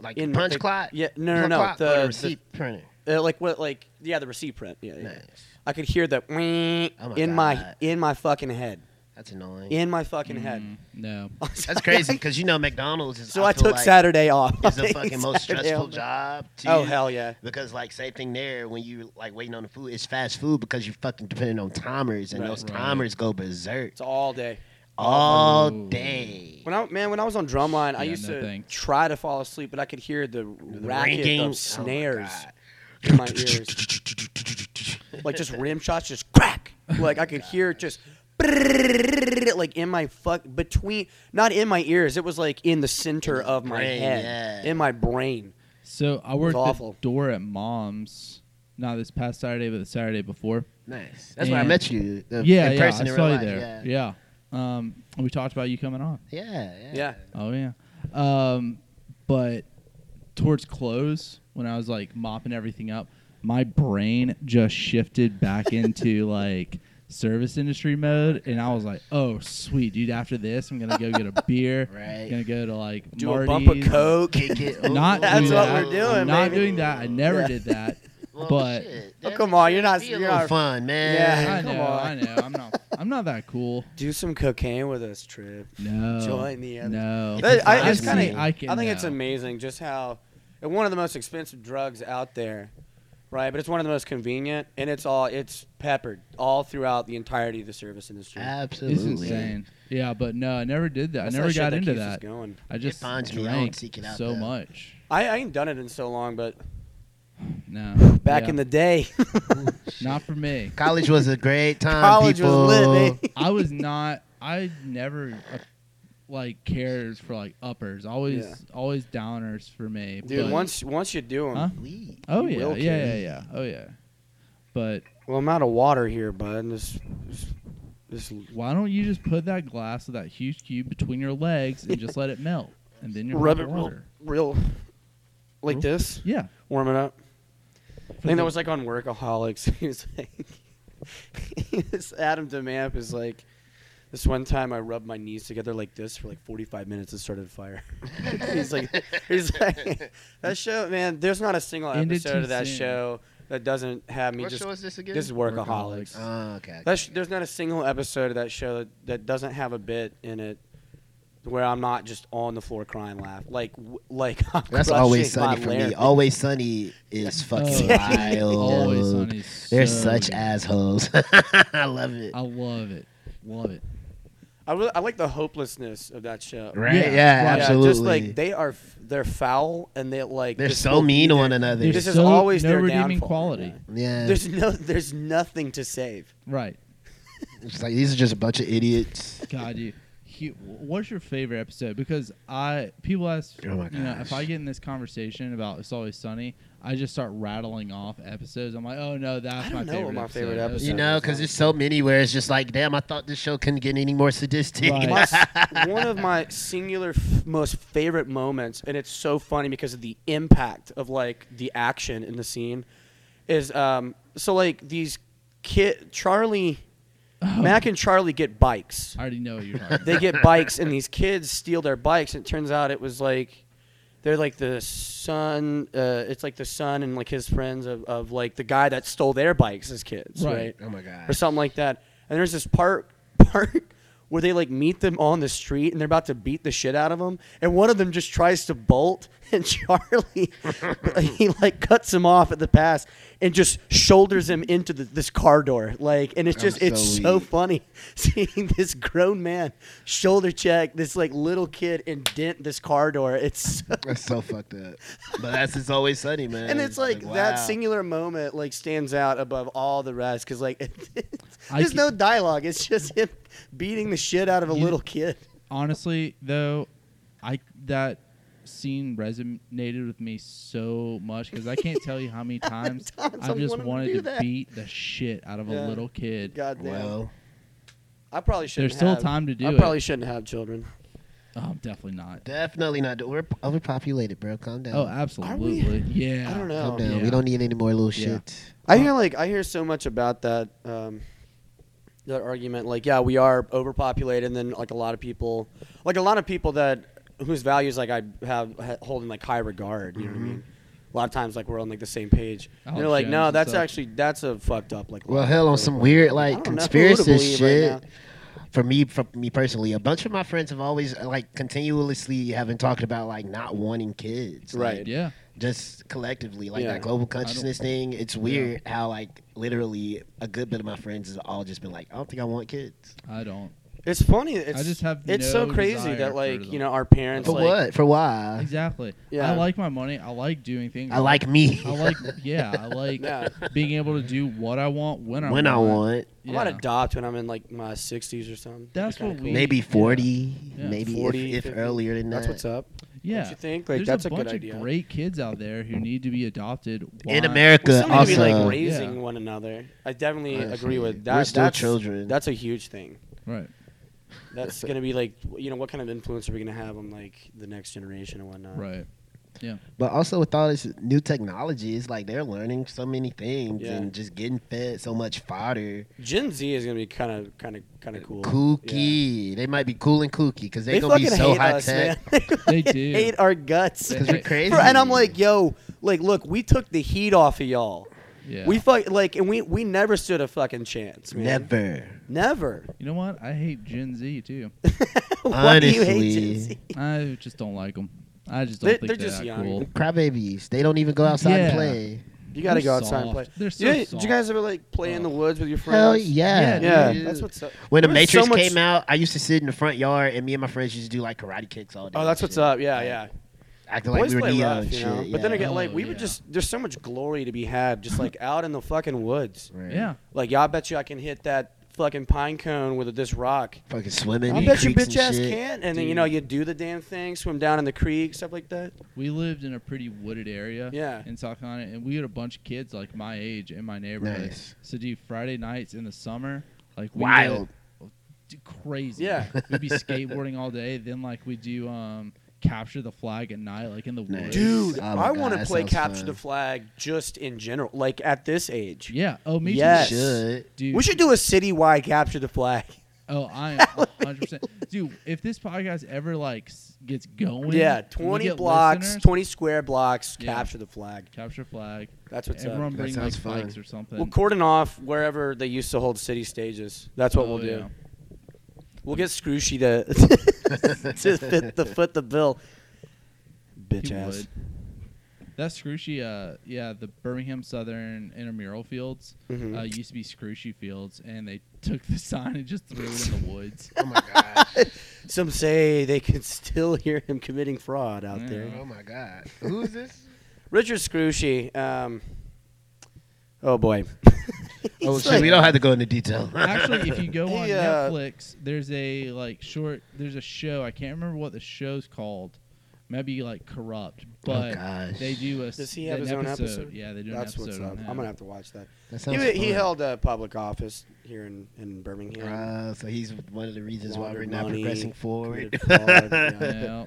Like in the punch the- clock. Yeah, no, no, Punch no. clock or The, the the- receipt printer. uh, like what? Like yeah, the receipt print. Yeah, yeah. Nice. I could hear that in Oh my my God. in my fucking head, That's annoying. in my fucking head. Mm, no. That's crazy because you know McDonald's is. So I, I, feel took like Saturday off. It's the fucking most Saturday stressful off. job. To Oh you. hell yeah! Because like same thing there when you like waiting on the food, it's fast food because you're fucking depending on timers and Right. Oh. those Right. timers go berserk It's all day. all Ooh. day. When I man, when I was on drumline, I Yeah, used no to thanks. try to fall asleep, but I could hear the, racket ringing. Oh my of snares God. in my ears, like just rim shots, just crack. Like I could hear it just. Like in my fuck between, not in my ears. It was like in the center In your of my brain, head, yeah. in my brain. So I worked awful. the door at mom's, not this past Saturday, but the Saturday before. Nice. That's where I And- met you. The, yeah, in yeah, person I in saw real you life. there. Yeah. Yeah. Um, and we talked about you coming on. Yeah. Yeah. Yeah. Oh yeah. Um, but towards close, when I was like mopping everything up, my brain just shifted back into like service industry mode, and I was like, "Oh sweet, dude! After this, I'm gonna go get a beer. Right. Gonna go to like Do Marty's. a bump of coke. Kick it. Not That's do what that. we're doing, I'm not baby. doing that. I never Yeah. did that. Well, but- shit. Oh, come on, you're not- Be a you're little not- fun, man. I Yeah. know. come on. I know. I'm not. I'm not that cool. Do some cocaine with us, Trip. No. Join the other. No. That- I, it's Honestly, kind of. I I, can. think it's no. amazing just how, and one of the most expensive drugs out there, right? But it's one of the most convenient, and it's all it's peppered all throughout the entirety of the service industry. It's Absolutely. insane. Yeah, but no, I never did that. That's I never that shit got into keeps us that. Going. I just finds me. I don't drank seek it out, so though. much. I, I ain't done it in so long, but No. back Yeah. in the day, not for me. College was a great time. college people. was lit. eh? Man. I was not. I never uh, like cared for like uppers. Always, Yeah. always downers for me. Dude, but- once once you do them, Huh? Weed. Oh you yeah, will yeah, yeah, care. yeah. Oh yeah. But well, I'm out of water here, bud. This, this, this why don't you just put that glass of that huge cube between your legs and just let it melt, and then you're rub out it of real, water. real, like Real- this. Yeah. warm it up. I the- think that was like on Workaholics. he was like, this Adam DeMamp is like, this one time I rubbed my knees together like this for like 45 minutes and started a fire. he's like, he's like, that show, man. There's not a single Ended too episode of that soon. show that doesn't have me What just. show is this again? This is Workaholics. Oh, okay. That sh- there's not a single episode of that show that, that doesn't have a bit in it where I'm not just on the floor crying laugh. Like, w- like I'm That's always crushing my sunny for me. Oh. larynx. Always sunny is fucking wild. Oh, Always sunny. is They're so such good. assholes. I love it. I love it. Love it. I, really, I like the hopelessness of that show. Right? Yeah. Yeah, Yeah, Yeah, absolutely. just like they are, f- they're foul and they like They're just so will be mean to there. one another. There's This is so always no their redeeming downfall. quality. yeah. There's no, there's nothing to save. Right. It's like these are just a bunch of idiots. God, you. He, what's your favorite episode? Because I people ask, Oh my you know, if gosh. I get in this conversation about it's always sunny, I just start rattling off episodes. I'm like, oh no, that's I my don't know favorite. what my episode. favorite That was episode You that." know, because there's so many where it's just like, damn, I thought this show couldn't get any more sadistic. Right. My s- one of my singular f- most favorite moments, and it's so funny because of the impact of like the action in the scene, is um so like these kid Charlie, Mac and Charlie get bikes. I already know what you're talking. they get bikes and these kids steal their bikes and it turns out it was like they're like the son uh, it's like the son and like his friends of, of like the guy that stole their bikes as kids Right. right, Oh my or god. something like that and there's this park park where they like meet them on the street and they're about to beat the shit out of them, and one of them just tries to bolt, and Charlie he like cuts him off at the pass and just shoulders him into the, this car door, like, and it's I'm just it's so so weak. funny seeing this grown man shoulder check this like little kid and dent this car door. It's so That's so fucked up. But that's it's always sunny, man. and it's like, that wow. singular moment like stands out above all the rest because like I there's ca- no dialogue. It's just him beating the shit out of a You- little kid. honestly though i that scene resonated with me so much because i can't tell you how many times, times i I just wanted to wanted do to, that. beat the shit out of a Yeah. little kid God damn. Well, I probably shouldn't. still have- time to do I it. probably shouldn't have children. oh, i'm definitely not Definitely not. do- We're p- overpopulated, bro. Calm down. oh absolutely yeah I don't Calm know. down. yeah. We don't need any more little Yeah. shit. I hear like I hear so much about that um, that argument. Like, yeah, we are overpopulated, and then like a lot of people, like a lot of people that whose values like I have ha- hold in like high regard. You know Mm-hmm. what I mean? A lot of times, like we're on like the same page. And Alex they're like, Jones no, and that's stuff. actually that's a fucked up like. Well, hell, on some weird I like don't know who to conspiracy believe right shit. now. for me, for me personally, a bunch of my friends have always uh, like continuously have been talking about like not wanting kids, like, Right. yeah just collectively, like Yeah. that global consciousness thing. It's weird how like literally a good bit of my friends has all just been like, I don't think I want kids. i don't It's funny. It's, just have It's so no crazy desire that for like them. you know our parents For like what? For why? exactly Yeah. i like my money i like doing things Uh, I like me. i like yeah i like Yeah. being able to do what i want when i when I want, want. I Yeah. might adopt when I'm in like my 60s or something. that's what we Maybe yeah. forty, Yeah. maybe 40, if, 50. if earlier than that. That's what's up. yeah Don't you think? Like There's that's a a, bunch good idea. of great kids out there who need to be adopted. In Why- We America, still need also, to be like raised raising Yeah. one another. I definitely agree Honestly, with that. we're still that's, children. That's a huge thing. right? That's gonna be like you know what kind of influence are we gonna have on like the next generation and whatnot. Right. But also with all this new technology, it's like they're learning so many things Yeah. and just getting fed so much fodder. Gen Z is gonna be kind of kind of kind of cool. Yeah. Kooky, they might be cool and kooky because They they're gonna be fucking so hate high us, tech. man. They do. hate our guts. 'Cause we're crazy. And I'm like, yo, like, look, we took the heat off of y'all. Yeah. We fuck like, and we we never stood a fucking chance. Man. Never. never. you know what? I hate Gen Z too. Why do you hate Honestly. Gen Z? I just don't like them. I just don't They- think they're they're, just that young. cool. Crybabies. They don't even go outside Yeah. and play. You gotta They're go outside and play. soft. They're so you, did soft. you guys ever like play in the Oh. woods with your friends? Hell yeah. Yeah, dude. that's what's up. when the There was so Matrix much- came out, I used to sit in the front yard and me and my friends used to do like karate kicks all day. Oh, and that's what's shit. up. Yeah, yeah. Acting like Boys we were play Neo rough, and you know. shit, But then yeah. again, like we Oh, would yeah. just there's so much glory to be had just like out in the fucking woods. Right. Yeah. Like, y'all bet you I can hit that fucking pine cone with this rock. Fucking swimming. I in bet your bitch creeks and ass shit. can't. And then you know you do the damn thing, swim down in the creek, stuff like that. We lived in a pretty wooded area. Yeah. In South Carolina, and we had a bunch of kids like my age in my neighborhood. Nice. So, dude, Friday nights in the summer, like we Wild. would- d- crazy. Yeah. We'd be skateboarding all day. Then like we do um capture the flag at night, like in the Nice. woods. Dude, Oh my I want God, to that play sounds capture fun. the flag just in general, like at this age. Yeah. Oh, me Yes. too. Should. Dude, We should do a citywide capture the flag. Oh, I am 100%. Dude, if this podcast ever like s- gets going, yeah, and we 20 get blocks, listeners, 20 square blocks, Yeah. capture the flag. capture flag. That's what's Everyone up. bring That like sounds fun. bikes or something. We'll cordon off wherever they used to hold city stages. That's what Oh, we'll do. yeah. We'll get Scrooshy to to fit the foot the bill. Bitch He ass. would. That Scrooshy, uh, yeah, the Birmingham Southern intramural fields Mhm. uh, used to be Scrooshy fields, and they took the sign and just threw it in the woods. Oh my gosh. Some say they can still hear him committing fraud out Yeah. there. oh my god. Who's this? Richard Scrooshy. Um, oh boy. Oh, He's shit, like- we don't have to go into detail. Actually, if you go on Hey, uh, Netflix, there's a like short, there's a show. I can't remember what the show's called. Maybe like corrupt, but Oh gosh. they do a. Oh, Does he an have his own episode? Yeah, they do an That's episode what's on up. him. I'm gonna have to watch that. He, That sounds he fun. held a public office here in, in Birmingham. Uh, so he's one of the reasons why we're Laundered not money, progressing forward. committed fraud, yeah. Yeah.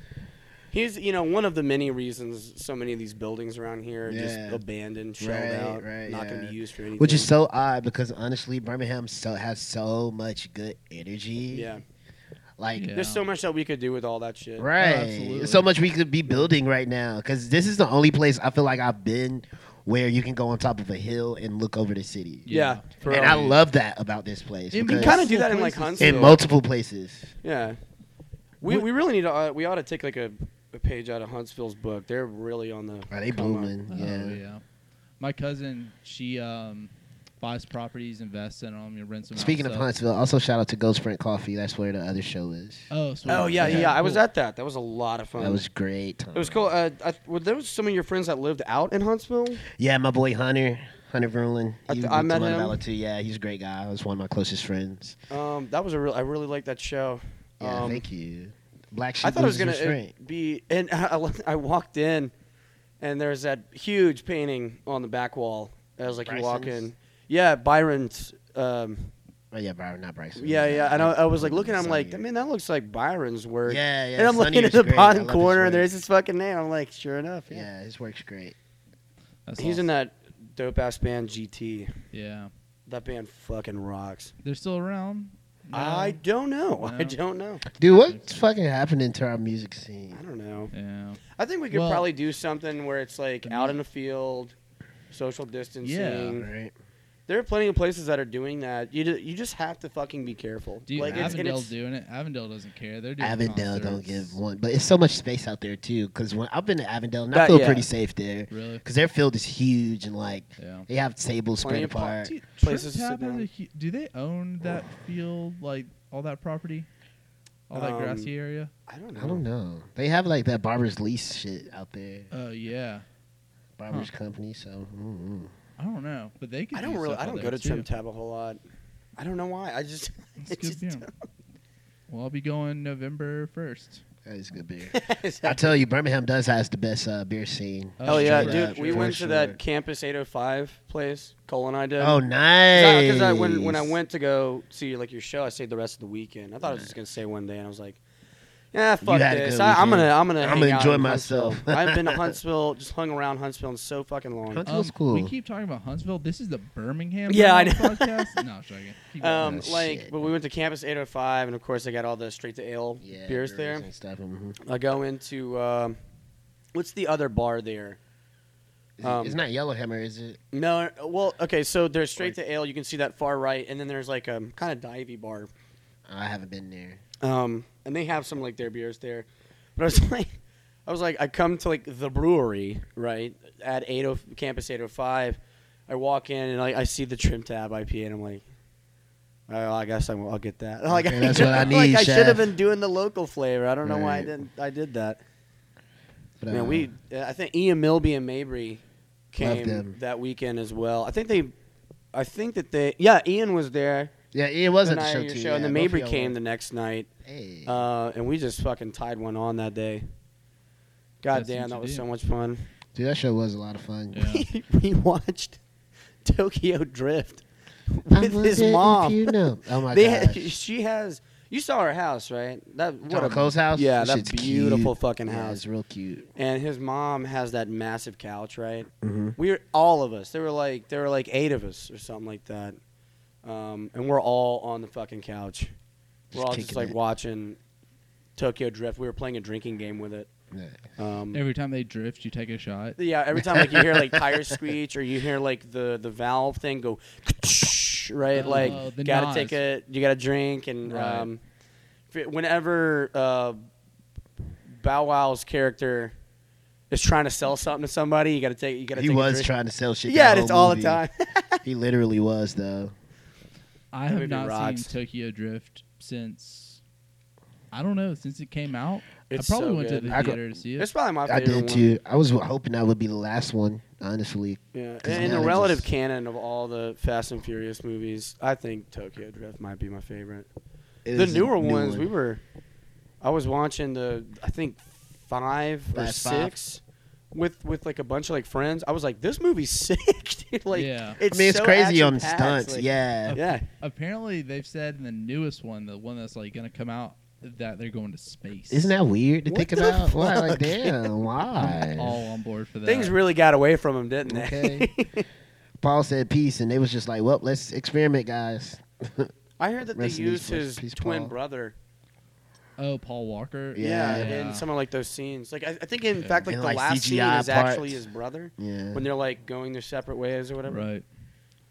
He's you know one of the many reasons so many of these buildings around here are Yeah. just abandoned, shelled Right, out, right, not gonna yeah. be used for anything. Which is so odd because honestly, Birmingham so has so much good energy. yeah. Like Yeah. There's so much that we could do with all that shit. right, absolutely. so much we could be building right now because this is the only place I feel like I've been where you can go on top of a hill and look over the city. Yeah, for and real. I love that about this place. In- You because kind of do that in like Multiple places. Huntsville. in multiple places. Yeah. We, we really need to, uh, we ought to take like a, a page out of Huntsville's book. They're really on the. Are they come up. blooming? yeah. Oh yeah. My cousin, she um, buys properties, invests in them, and rents them. Speaking of Huntsville, also shout out to Ghost Print Coffee. That's where the other show is. Oh, sweet. Oh, yeah, yeah. Okay, I was cool. at that. That was a lot of fun. That was great. Time. it was cool. Uh, I, were there was some of your friends that lived out in Huntsville? Yeah, my boy Hunter, Hunter Verlin. I He th- I was met one him. of Valor too. Yeah, he's a great guy. He was one of my closest friends. Um, that was a real. I really liked that show. Yeah, um, thank you. Black Sheep. I thought it was Loses gonna uh, Restraint. be, and I, lo- I walked in, and there's that huge painting on the back wall. As like you walk Bryson's? in, yeah, Byron's. Um, Oh yeah, Byron, not Bryson. yeah, yeah. And I, I was like looking. I'm Sunnier. like, man, that looks like Byron's work. Yeah, yeah. and I'm looking Sunnier's at the great. I bottom love his corner, work. and there's his fucking name. I'm like, sure enough, yeah. Yeah, his work's great. That's He's awesome. in that dope ass band GT. Yeah, That band fucking rocks. they're still around. No. I don't know. I No. don't know. Dude, what's fucking happening to our music scene? I don't know. Yeah. I think we could Well- probably do something where it's like Mm-hmm. out in the field, social distancing. Right. There are plenty of places that are doing that. You ju- you just have to fucking be careful. Dude, like it's, and Avondale's it's doing it. Avondale doesn't care. They're doing Avondale don't concerts. give one, but it's so much space out there too. Because when I've been to Avondale, and I That- feel yeah. pretty safe there. Really? Because their field is huge and like Yeah. they have tables plenty spread of pla- apart. dude, places Places to sit down. do they own that field, like all that property, all that Um, grassy area? I don't know. I don't know. They have like that barber's lease shit out there, Oh yeah. barber's company. So mm mm. I don't know, but they could. I don't really. I don't go to Trim Trim Tab a whole lot. I don't know why. I just. I just don't. Well, I'll be going November first. that is good beer. It's I like- tell you, Birmingham does has the best uh, beer scene. Oh, Hell yeah, sure. dude! We For went to sure. that Campus 805 place. Cole and I did. Oh, nice. Because I, when when I went to go see like your show, I stayed the rest of the weekend. I thought I was just gonna stay one day, and I was like, "Yeah, fuck had a this. good I, I'm weekend. gonna I'm gonna I'm hang gonna out enjoy in myself. Huntsville. I've been to Huntsville, just hung around Huntsville in so fucking long. Hunt- That was Um, We cool. keep talking about Huntsville. This is the Birmingham. Yeah, I Birmingham know. Podcast? No, I'm joking. Keep going. Um, Oh, like, shit. but we went to Campus 805, and of course, they got all the straight to ale Yeah, beers breweries there. and stuff, mhm. I go into um, what's the other bar there? Is it- Um, it's not Yellowhammer, is it? No, well, okay, so there's straight to ale. You can see that far right, and then there's like a kind of divey bar. Oh, I haven't been there. Um, and they have some like their beers there. But I was like, I was like, I come to like the brewery right at eight oh campus eight oh five. I walk in and I, I see the trim tab IPA and I'm like, oh, I guess I'm, I'll get that. Like, Okay, that's what I Like need, I should have chef. been doing the local flavor. I don't know why I Right. didn't. I did that. But, uh, Man, we. I think Ian Milby and Mabry came them. that weekend as well. I think they. I think that they. Yeah, Ian was there. yeah, it was the at the night show of your too. show, yeah, and then both of Mabry y'all came the went. next night. Hey. Uh, and we just fucking tied one on that day. God That's damn, what that you was do. so much fun. Dude, that show was a lot of fun. Yeah. We, we watched Tokyo Drift I with his wonder if mom. you know. Oh my They had- gosh. she has. You saw her house, right? That what Tom a Cole's house? Yeah, That that shit's beautiful cute. fucking Yeah, house. it's real cute. and his mom has that massive couch, right? Mhm. We were all of us. There were like there were like eight of us or something like that, um, and we're all on the fucking couch. We're Just all just kicking like it. watching Tokyo Drift. We were playing a drinking game with it. Yeah. Um, Every time they drift, you take a shot. Yeah, every time like you hear like tire screech or you hear like the the valve thing go, right? Oh, like the gotta Nas. take a you gotta drink and Right. um, f- whenever uh, Bow Wow's character is trying to sell something to somebody, you gotta take you gotta. He take a was drink. trying to sell shit. Yeah, that and it's whole all the movie. time. He literally was though. I That have movie not rocks. seen Tokyo Drift since I don't know since it came out. It's I probably so went good. to I the go- theater to see it. It's probably my I favorite did one. too. I was hoping that would be the last one, honestly. Yeah, 'Cause in now the they relative just- canon of all the Fast and Furious movies, I think Tokyo Drift might be my favorite. It the was a newer new ones one. we were i was watching the i think five or Fast Five. six with with like a bunch of like friends i was like this movie's sick dude like Yeah. it's I mean, it's so crazy on action-packed, stunts. like- yeah. yeah Apparently, they've said in the newest one, the one that's like gonna come out, that they're going to space. Isn't that weird to What think the about? Why? Like, fuck? damn, I'm why? all on board for that? things really got away from him didn't they Okay. Paul said peace, and they was just like, "Well, let's experiment, guys." i heard that they Rest in peace, used rest in his peace, twin Paul. brother Oh, Paul Walker. Yeah, Yeah. and in some of like those scenes, like I, I think in Yeah. fact, like And, the like, last scene CGI is actually parts. his brother Yeah. when they're like going their separate ways or whatever. right.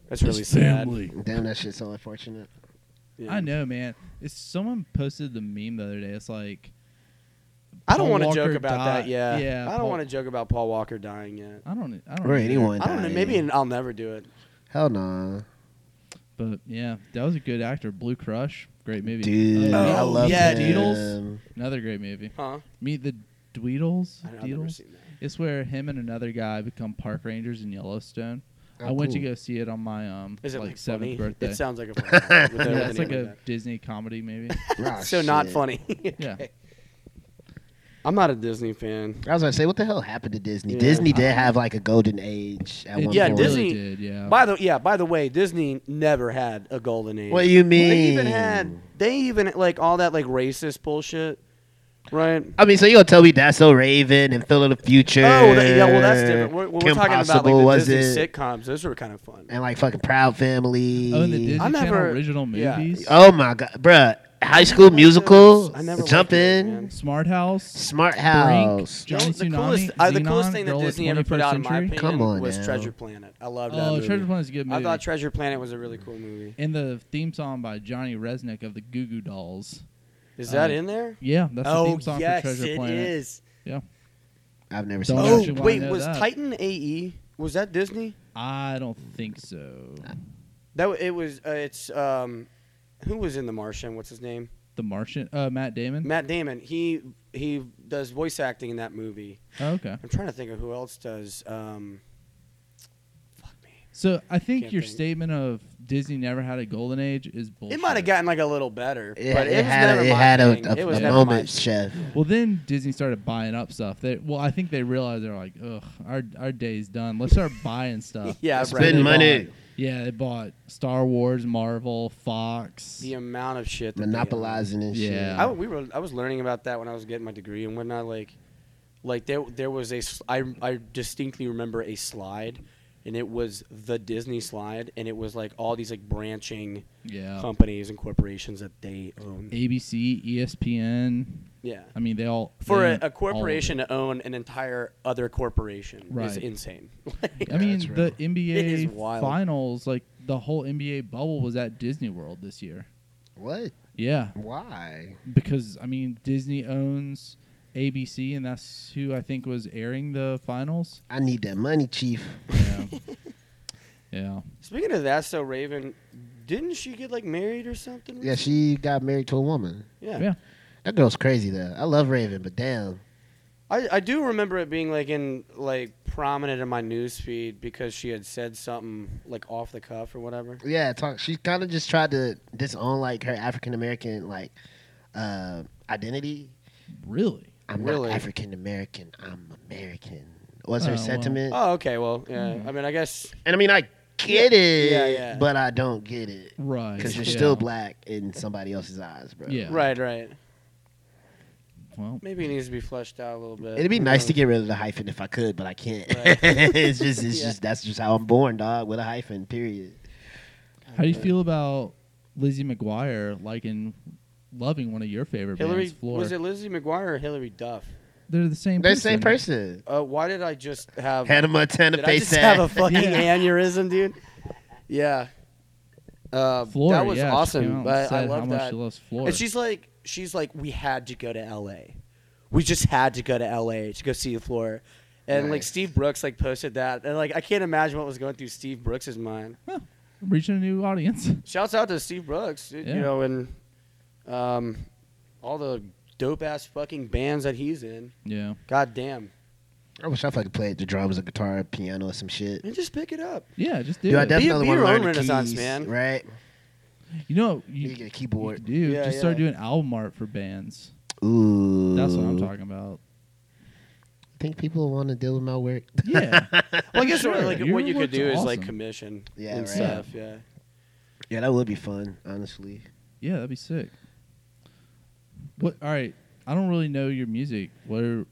That's really sad. Damn, that shit's so unfortunate. Yeah. I know, man. It's someone posted the meme the other day. It's like I don't Paul want to Walker joke about that. died- Yeah, yeah, I don't Paul- want to joke about Paul Walker dying yet. I don't, I don't Or know. anyone. I don't know. dying. Maybe in, I'll never do it. Hell no. But yeah, that was a good actor. Blue Crush, great movie. Dude, Uh, I Oh, love yeah, him. Doodles. Another great movie. Huh? Meet the Dweedles. I, I've never Deedles? seen that. It's where him and another guy become park rangers in Yellowstone. Oh, I went to cool. go see it on my um Is it like, like seventh funny? birthday. It sounds like a funny. with the- yeah, with it's the like name a of that. Disney comedy maybe. Ah, so not shit. funny. Yeah. Okay. I'm not a Disney fan. I was gonna say, what the hell happened to Disney? Yeah. Disney did have like a golden age at It one Yeah, really point. Disney- did, yeah. By the yeah, by the way, Disney never had a golden age. What do you mean? They even had they even like all that like racist bullshit, right? I mean, so you gonna tell me that's so Raven and Phil of the Future? Oh, that, yeah. Well, that's different. We're, we're Kim talking Possible, about like was the Disney it? sitcoms. Those were kind of fun. And like fucking Proud Family. oh, and the Disney I Channel never- original yeah. movies. Oh my god, bruh! High I School never Musical. liked- I never Jump liked it, in. man. Smart House. Smart House. Brink, Johnny the Tsunami. coolest, uh, the Xenon, coolest thing that Girl at Disney ever put 21st out, in my century. opinion, Come on was now. Treasure Planet. I loved that Oh, movie. Treasure Planet is a good I movie. thought Treasure Planet was a really cool movie. and the theme song by Johnny Resnick of the Goo Goo Dolls. Is that Uh, in there? Yeah, that's the oh theme song yes, for Treasure it Planet. is. I've never seen. Don't Oh actually wanna wait, know was that. Titan AE? Was that Disney? I don't think so. That w- it was. Uh, it's um, who was in The Martian? What's his name? The Martian, uh, Matt Damon. Matt Damon. He he does voice acting in that movie. Oh, okay, I'm trying to think of who else does. Um, fuck me. so I think Can't your think. statement of Disney never had a golden age is bullshit. It might have gotten like a little better, It, but it, it, was had never a, it my had thing. a, it a, was a never my moment, thing. chef. Well, then Disney started buying up stuff. They, well, I think they realized they're like, ugh, our our day's done. Let's start buying stuff. Yeah, So right. they Spend money. bought- yeah, they bought Star Wars, Marvel, Fox. The amount of shit. That they- Monopolizing uh, and shit. Yeah. I, we were, I was learning about that when I was getting my degree and whatnot. Like, like there there was a s- I I distinctly remember a slide, and it was the Disney slide, and it was like all these like branching Yeah. companies and corporations that they own. ABC, ESPN. Yeah. I mean, they all For they a, own all a of corporation to own an entire other corporation is Right. insane. it. I mean, that's the real. It is NBA wild. finals, like the whole NBA bubble, was at Disney World this year. What? Yeah, Why? because I mean, Disney owns ABC, and that's who I think was airing the finals. I need that money, Chief. Yeah. yeah. Speaking of that, so Raven, didn't she get like married or something? Yeah, she got married to a woman. Yeah. Yeah. That girl's crazy though. I love Raven, but damn. I, I do remember it being like in like prominent in my news feed because she had said something like off the cuff or whatever. Yeah, talk. She kind of just tried to disown like her African American like uh, identity. Really? I'm Really? not African American. I'm American. Was Oh, her well. sentiment? Oh, okay. Well, yeah. Hmm. I mean, I guess And I mean, I get it, Yeah, yeah. but I don't get it Right. because you're yeah. still black in somebody else's eyes, bro. Yeah. right, right. Well, Maybe it needs to be fleshed out a little bit. It'd be Who nice to knows? get rid of the hyphen if I could, but I can't. Right. it's just, it's Yeah. just that's just how I'm born, dog. With a hyphen, period. how do you feel about Lizzie McGuire liking, loving one of your favorite Hillary. bands, Floor? Was it Lizzie McGuire or Hillary Duff? They're the same. They're the person. same person. Uh, why did I just have? Hannah Montana did I face just have a that. fucking Yeah. aneurysm, dude? Yeah. Uh, Floor, that was yeah, she came out awesome. and I, I said how love much that. She loves Floor. And she's like, she's like, we had to go to L.A. We just had to go to L.A. to go see the floor. And like Nice. Steve Brooks like posted that, and like I can't imagine what was going through Steve Brooks's mind. reaching a new audience. Shouts out to Steve Brooks, dude, you Yeah. know, and um, all the dope ass fucking bands that he's in. Yeah. God damn, I wish I fucking played the drums, a guitar, piano, or some shit. and just pick it up. Yeah, just do Dude, I it. Be- definitely be want to your learn own the renaissance, keys, man. Right? you know, you, You, get a you keyboard. could do Yeah, just start yeah. doing album art for bands. Ooh, That's what I'm talking about. Think people want to deal with my work? Yeah. Well, I guess Sure, what, like your what you could work's do is like awesome. commission Yeah, and right. stuff. Yeah. Yeah, that would be fun, honestly. yeah, that'd be sick. What? All right. I don't really know your music. What? Are,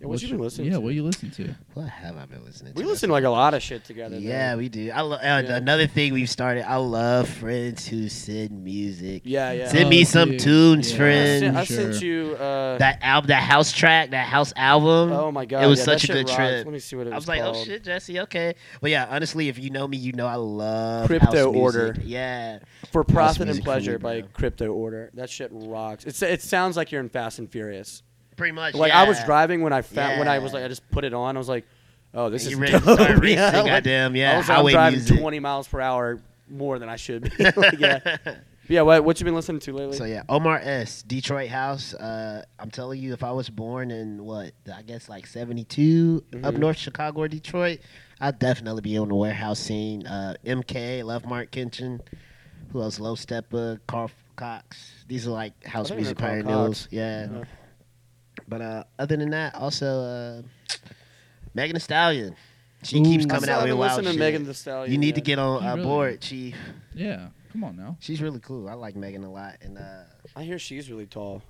Yeah, what you been listening Yeah, to? what you listen to? What have I been listening to? We listen to like a lot of shit together. man. Yeah, we do. I lo- uh, Yeah. Another thing we've started. I love friends who send music. Yeah, yeah. Send me Oh, some dude. tunes, Yeah. I sent- friend. I Sure. sent you. Uh, That album, that house track, that house album. oh my god, It was yeah, such that shit a good rocks. trip. Let me see what it I was was like, called. oh shit, Jesse, okay. But yeah, honestly, if you know me, you know I love Crypto house music. Order. Yeah, For profit and music for me, pleasure by bro. Crypto Order. That shit rocks. It's, it sounds like you're in Fast and Furious. pretty much. Like I was yeah. driving when I found, when I was Yeah. like I just put it on. I was like, oh this And is you ready to dope. start racing? yeah, like, goddamn, I yeah. was like, I'm highway driving music. 20 miles per hour more than I should be. Like, yeah, yeah. What what you been listening to lately? So yeah, Omar S. Detroit House. Uh, I'm telling you, if I was born in what I guess like '72 up Mhm. north Chicago or Detroit, I'd definitely be on the warehouse scene. Uh, MK, Love Mark Kitchen, who else? Low Steppa, Carl Cox. These are like I house don't music remember Carl pioneers. Cox. Yeah. Yeah. But uh, other than that, also uh, Megan Thee Stallion. She keeps Ooh. I coming still out with haven't wild listened to shit. Megan Thee Stallion. you need to yet. get on You uh, really- board. She Yeah, come on now. she's really cool. I like Megan a lot, and. Uh, I hear she's really tall.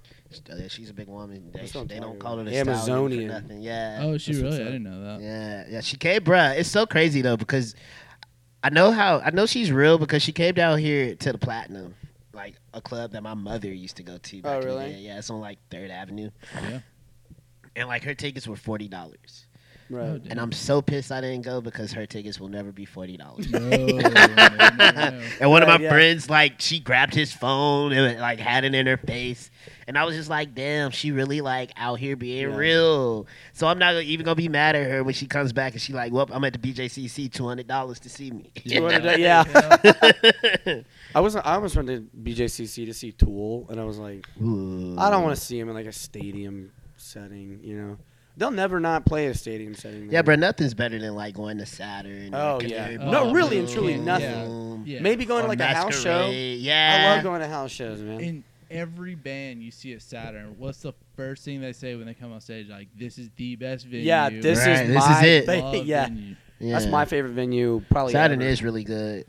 uh, she's a big woman. They, That's what I'm they don't talking call her about. the Amazonian. Amazonian. For nothing. Yeah. Oh, she That's what's really? I up. didn't know that. Yeah. Yeah. She came, bruh. It's so crazy though because I know how I know she's real because she came down here to the Platinum, like a club that my mother used to go to. back in the Oh, really? day. Yeah. It's on like Third Avenue. Yeah. And like her tickets were forty dollars, Oh, Right. damn. and I'm so pissed I didn't go because her tickets will never be forty dollars. No, no, no, no. And one of Right, my yeah. friends, like, she grabbed his phone and like had it in her face, and I was just like, "Damn, she really like out here being Yeah. real." So I'm not even gonna be mad at her when she comes back and she like, "Well, I'm at the BJCC, two hundred dollars to see me." You wanna do- yeah. I was I was running to BJCC to see Tool, and I was like, I don't want to see him in like a stadium setting. You know, they'll never not play a stadium setting. Yeah, there. bro, nothing's better than like going to Saturn. or Oh, Canary yeah. No, Ball really and Room, truly nothing. Room, Yeah. Maybe going or to like a house show. Masquerade. I love Yeah. going to house shows, man. in every band you see at Saturn, what's the first thing they say when they come on stage? Like, this is the best venue. Yeah, this Right, is this is my it. fa- Love yeah, venue." yeah. that's my favorite venue. Probably Saturn ever. is really good.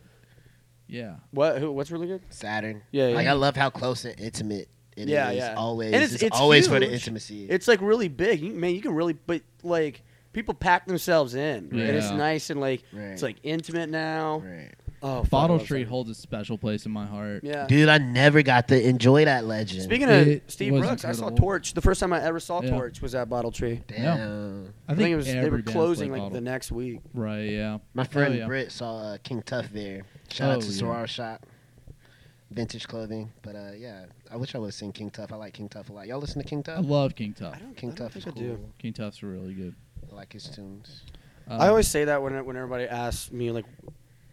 Yeah. What? Who, what's really good? Saturn. Yeah, yeah. Like I love how close and intimate it is. Yeah, yeah. Always. And it's- it's, it's always for the huge. intimacy. It's like really big. You, man, you can really, but like people pack themselves in, and it's Yeah. nice and like right. it's like intimate now. right. Oh, fuck, I Bottle love Tree Saturn. holds a special place in my heart. Yeah. Dude, I never got to enjoy that legend. Speaking of It Steve was Brooks, I saw incredible. Torch. The first time I ever saw Yeah. Torch was at Bottle Tree. Damn. I I think, think it was they every were band's closing played like Bottle- the next week. Right, yeah. My friend Oh, yeah. Britt saw uh, King Tough there. Shout out Oh, to yeah. Soror Shop. Vintage clothing. But uh, yeah, I wish I would have seen King Tough. I like King Tough a lot. Y'all listen to King I Tough? love King Tough. don't, King Tough is think I cool. do. King Tough's really good. I like his tunes. Um, I always say that when when everybody asks me like,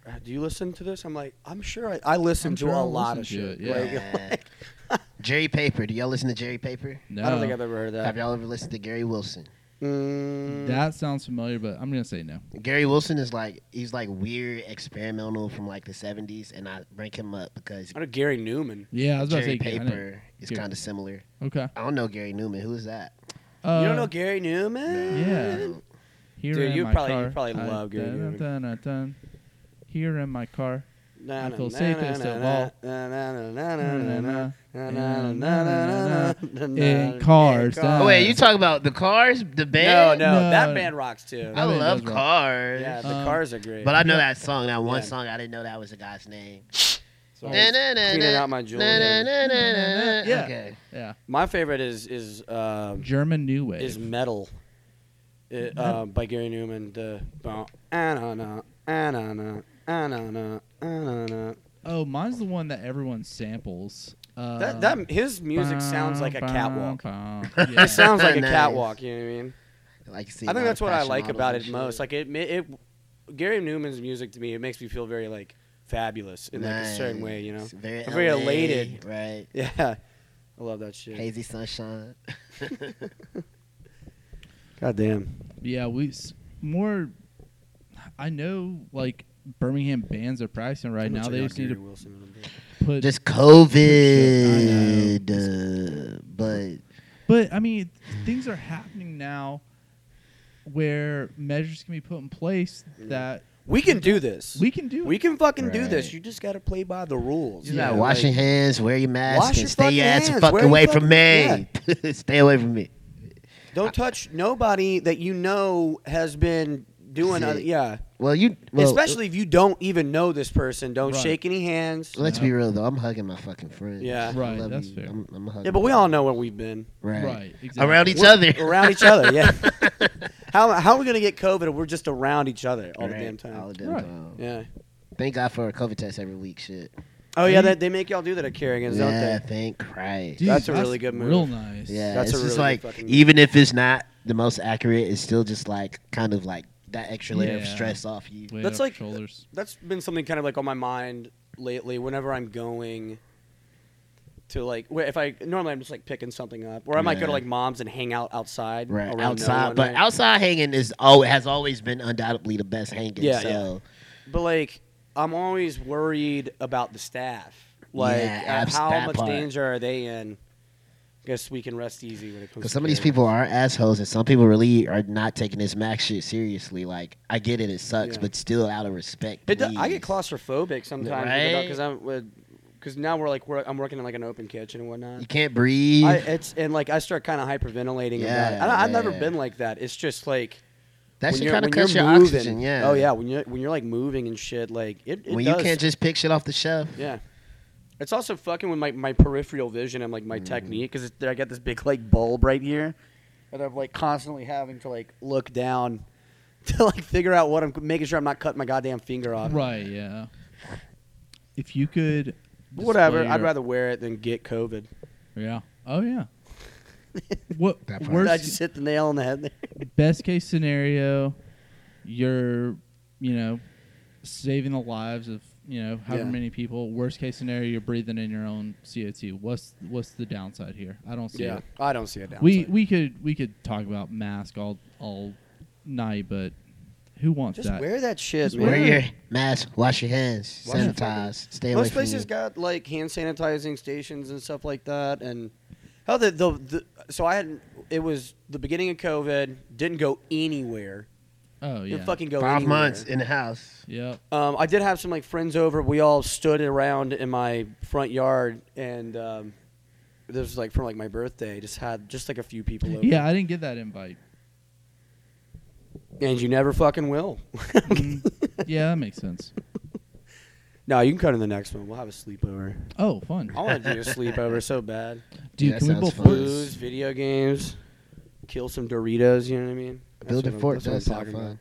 "Uh, "Do you listen to this?" I'm like, "I'm sure I, I listen I'm to sure I a lot of listen to shit." it, yeah. Like, Yeah. Jerry Paper. Do y'all listen to Jerry Paper? no, I don't think I've ever heard of Have that. y'all ever listened to Gary Wilson? Mm, that sounds familiar, but I'm gonna say no. Gary Wilson is like he's like weird experimental from like the seventies, and I bring him up because I know Gary Newman. Yeah, I was Jerry about to say I know- Paper is Gary- kind of similar. Okay. I don't know Gary Newman. Who is that? Uh, you don't know Gary Newman? Yeah. Here Dude, in you my probably- you car, probably I- love Gary dun, Newman. dun, dun, dun. Here in my car. Na- I na- feel na- safest na- of na- all. na- na- na- na- na- na- In na- na- na- na- na- na- na- na- cars. Yeah, dun. Oh wait, you talk about the Cars, the No, band? no, No, that no. band rocks too. I That band love does rock. Cars. Yeah, the Um, cars are great. But I know Yeah. that song. That one Yeah. song, I didn't know that was the guy's name. So cleaning out my jewelry. Yeah. Okay. Yeah. My favorite is is um, German New Wave. is metal, it, uh, by Gary Newman. The bum, ah, nah, nah, ah, nah, nah, ah, nah, nah, ah, nah, nah. oh, mine's the one that everyone samples. Uh, that that his music sounds like a bum, catwalk. bum, Yeah. yeah. It sounds like a Nice. catwalk. You know what I mean? Like, see, I think all that's the what I fashion like models about and it most. shit. Like it, it, it, Gary Newman's music to me, it makes me feel very like fabulous in like a certain way. You know? Nice. very, I'm very LA, elated. Right. Yeah, I love that shit. Hazy sunshine. God damn. Yeah, we s- more. I know like Birmingham bands are practicing right now. They just need to put. Just I COVID. Uh, but but I mean, things are happening now, where measures can be put in place that We can do this. we can do. Mm. We can fucking do this. Right. You just gotta play by the rules. You you Yeah, gotta gotta wash like- your hands, wear your mask, Wash and your stay your fucking ass the hands, fuck wear your away from me. fucking- stay away from me. Don't touch nobody that you know has been doing. Sick. Other, yeah, Well, you well, especially if you don't even know this person. Don't Right. shake any hands. Let's be real though. I'm hugging my fucking friends. Yeah. I Right, love that's you. fair. I'm, I'm hugging. Yeah, but we all know where we've been right. Right. Exactly. around each other. around each other. Yeah. How how are we gonna get COVID if we're just around each other all Right. the damn time? All the damn Right. time. yeah. Thank God for a COVID test every week. Shit. Oh yeah, And- that they make y'all do that at Kerrigan's, don't Yeah. they? Thank Christ. Dude, That's a really good move. Real nice. Yeah. That's it's a just really like good fucking- even if it's not the most accurate, it's still just like kind of like that extra layer of Yeah. stress off you. Way That's up like- shoulders. That's been something kind of like on my mind lately. Whenever I'm going to like, where- if I normally I'm just like picking something up, or I might go to Yeah. like mom's and hang out outside, Right around no outside, one, but right? outside hanging is oh has always been undoubtedly the best hanging. Yeah, so But like, I'm always worried about the staff. Like, Yeah, uh, abs- how that much part. danger are they in? Guess we can rest easy when it comes. to because some of these Kerrigan. people are assholes and some people really are not taking this max shit seriously. Like I get it, it sucks, Yeah. but still out of respect. It do, I get please. claustrophobic sometimes Right? because I'm because now we're like we're, I'm working in like an open kitchen and whatnot. You can't breathe. I, it's and like I start kind of hyperventilating about it. Yeah, I, don't- I've never yeah. been like that. It's just like that when shit you're- kind of when you're cuts your moving- oxygen. Yeah. Oh yeah. When you're when you're like moving and shit, like it. it when does. you can't just pick shit off the shelf. Yeah. It's also fucking with my, my peripheral vision and like Mm. my technique 'cause technique because I got this big like bulb right here, and I'm like constantly having to like look down to like figure out what I'm making sure I'm not cutting my goddamn finger off. Right. Yeah. If you could. But whatever. display I'd your- rather wear it than get COVID. Yeah. Oh yeah. what That part. worst I just hit the nail on the head there. best case scenario, you're, you know, saving the lives of you know however Yeah. many people. Worst case scenario, you're breathing in your own CO two. What's what's the downside here? I don't see it. I don't see it down. We we could we could talk about mask all all night, but who wants just that? wear that shit, man. Wear your mask. Wash your hands. Wash your fucking- sanitize. Stay away Most from places you. got like hand sanitizing stations and stuff like that, and how the, the the so I had it was the beginning of COVID, didn't go anywhere, oh yeah. didn't fucking go Five anywhere. months in the house. Yep. Um, I did have some like friends over. We all stood around in my front yard, and um, this was like for like my birthday. Just had just like a few people over. Yeah, I didn't get that invite. and you never fucking will. Mm, yeah, that makes sense. no, you can come to the next one. We'll have a sleepover. Oh, fun, I want to do a sleepover so bad. dude. that can we sounds both fun. work? Blues, video games, kill some Doritos. You know what I mean? That's Building what I'm- fort that's what I'm does sound talking fun. about.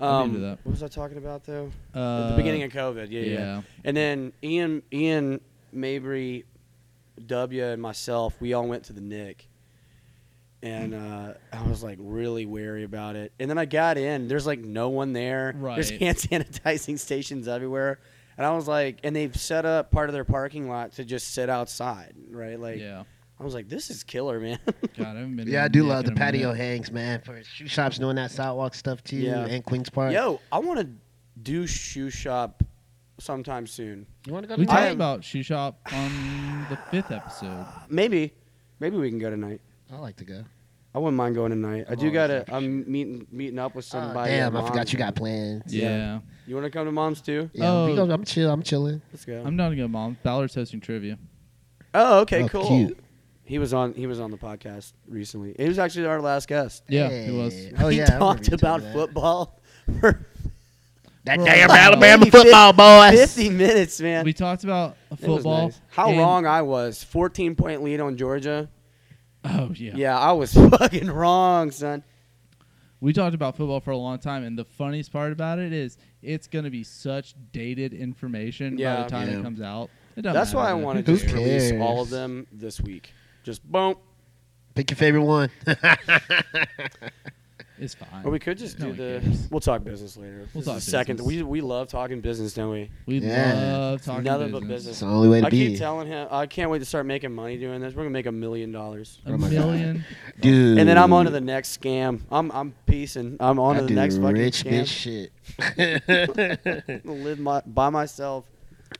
I'm Um, into that. What was I talking about though? Uh, At the beginning of COVID. Yeah, yeah. yeah. And then Ian, Ian, Mabry, W, and myself, we all went to the Nick. And uh, I was like really wary about it. And then I got in. There's like no one there. There's Right. hand sanitizing stations everywhere. And I was like, and they've set up part of their parking lot to just sit outside, right? Like, yeah. I was like, this is killer, man. God, I haven't been. to Yeah, I a do Nick love in the a minute. patio hangs, man. For shoe shops doing that sidewalk stuff too, Yeah. and Queens Park. Yo, I want to do shoe shop sometime soon. you want to go We to talked I- about shoe shop on the fifth episode. Uh, Maybe, maybe we can go tonight. I like to go. I wouldn't mind going tonight. I do Oh, gotta. that's I'm meeting meeting up with Oh, somebody. at damn, I Mom's. forgot you got plans. Yeah, Yeah. You want to come to mom's too? Yeah, we Oh. go- I'm chill. I'm chilling. Let's go. I'm not a good mom. Ballard's hosting trivia. oh, okay, Oh, cool. cute. He was on. He was on the podcast recently. He was actually our last guest. Yeah, Hey. it was. Oh we yeah, I remember talked you about telling me that. football for That Bro. damn Like Alabama maybe football, boys. fifty minutes, man. We talked about It was football. nice. How and- wrong I was. Fourteen point lead on Georgia. Oh yeah. Yeah. I was fucking wrong, son. We talked about football for a long time, and the funniest part about it is it's gonna be such dated information by Yeah. the time Yeah. it comes out. It doesn't That's why I matter. want to Who just release cares? all of them this week. Just boom. Pick your favorite one. It's fine. Or we could just No do one the. cares. We'll talk business later. We'll This is talk the second. business. We we love talking business, don't we? We Yeah. love talking Nothing business. but business. it's the only way to I be, keep telling him I can't wait to start making money doing this. We're gonna make a million dollars, A Oh my God. million. dude. and then I'm on to the next scam. I'm I'm piecing. I'm on I to the do next fucking rich bitch scam. shit. I'm gonna live my, by myself.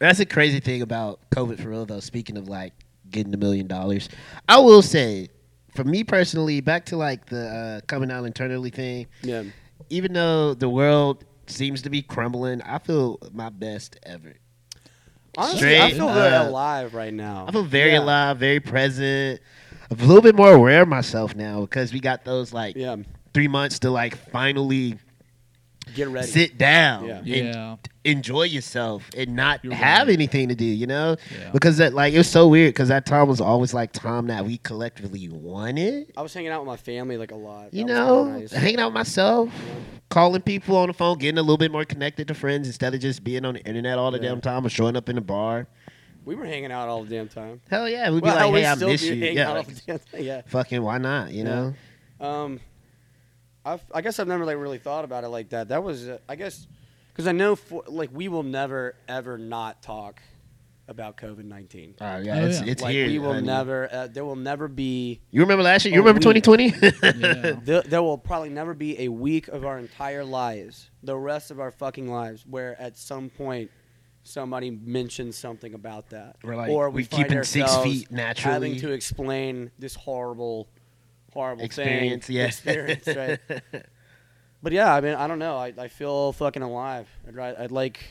That's a crazy thing about COVID for real though. Speaking of like getting a million dollars, I will say, for me personally, back to like the uh, coming out internally thing. Yeah, even though the world seems to be crumbling, I feel my best ever. honestly, I Straight feel very up. alive right now. I feel very Yeah. alive, very present. I'm a little bit more aware of myself now because we got those like Yeah, three months to like finally get ready. sit down Yeah. and Yeah. enjoy yourself and not You're have right. anything to do, you know? Yeah. Because that like it was so weird because that time was always like time that we collectively wanted. I was hanging out with my family like a lot. You That know, was kinda nice. hanging out with myself, calling people on the phone, getting a little bit more connected to friends instead of just being on the internet all the Yeah. damn time or showing up in the bar. We were hanging out all the damn time. Hell yeah, we'd Well, be like, we hey, I still miss do you. hang Yeah, out all like, the damn time, yeah. fucking, why not? You Yeah. know? Um, I've, I guess I've never like really thought about it like that. That was, uh, I guess, because I know for, like we will never ever not talk about COVID nineteen. Oh, yeah, Oh, it's, yeah. it's like, here. We will honey. never. Uh, there will never be. You remember last year? You Oh, remember we- 2020? Yeah. There, there will probably never be a week of our entire lives, the rest of our fucking lives, where at some point somebody mentions something about that, We're like, or we we find keeping six ourselves feet naturally. having to explain this horrible, horrible experience, thing, yeah. experience, right? But yeah, I mean, I don't know. I, I feel fucking alive. I'd, ri- I'd like,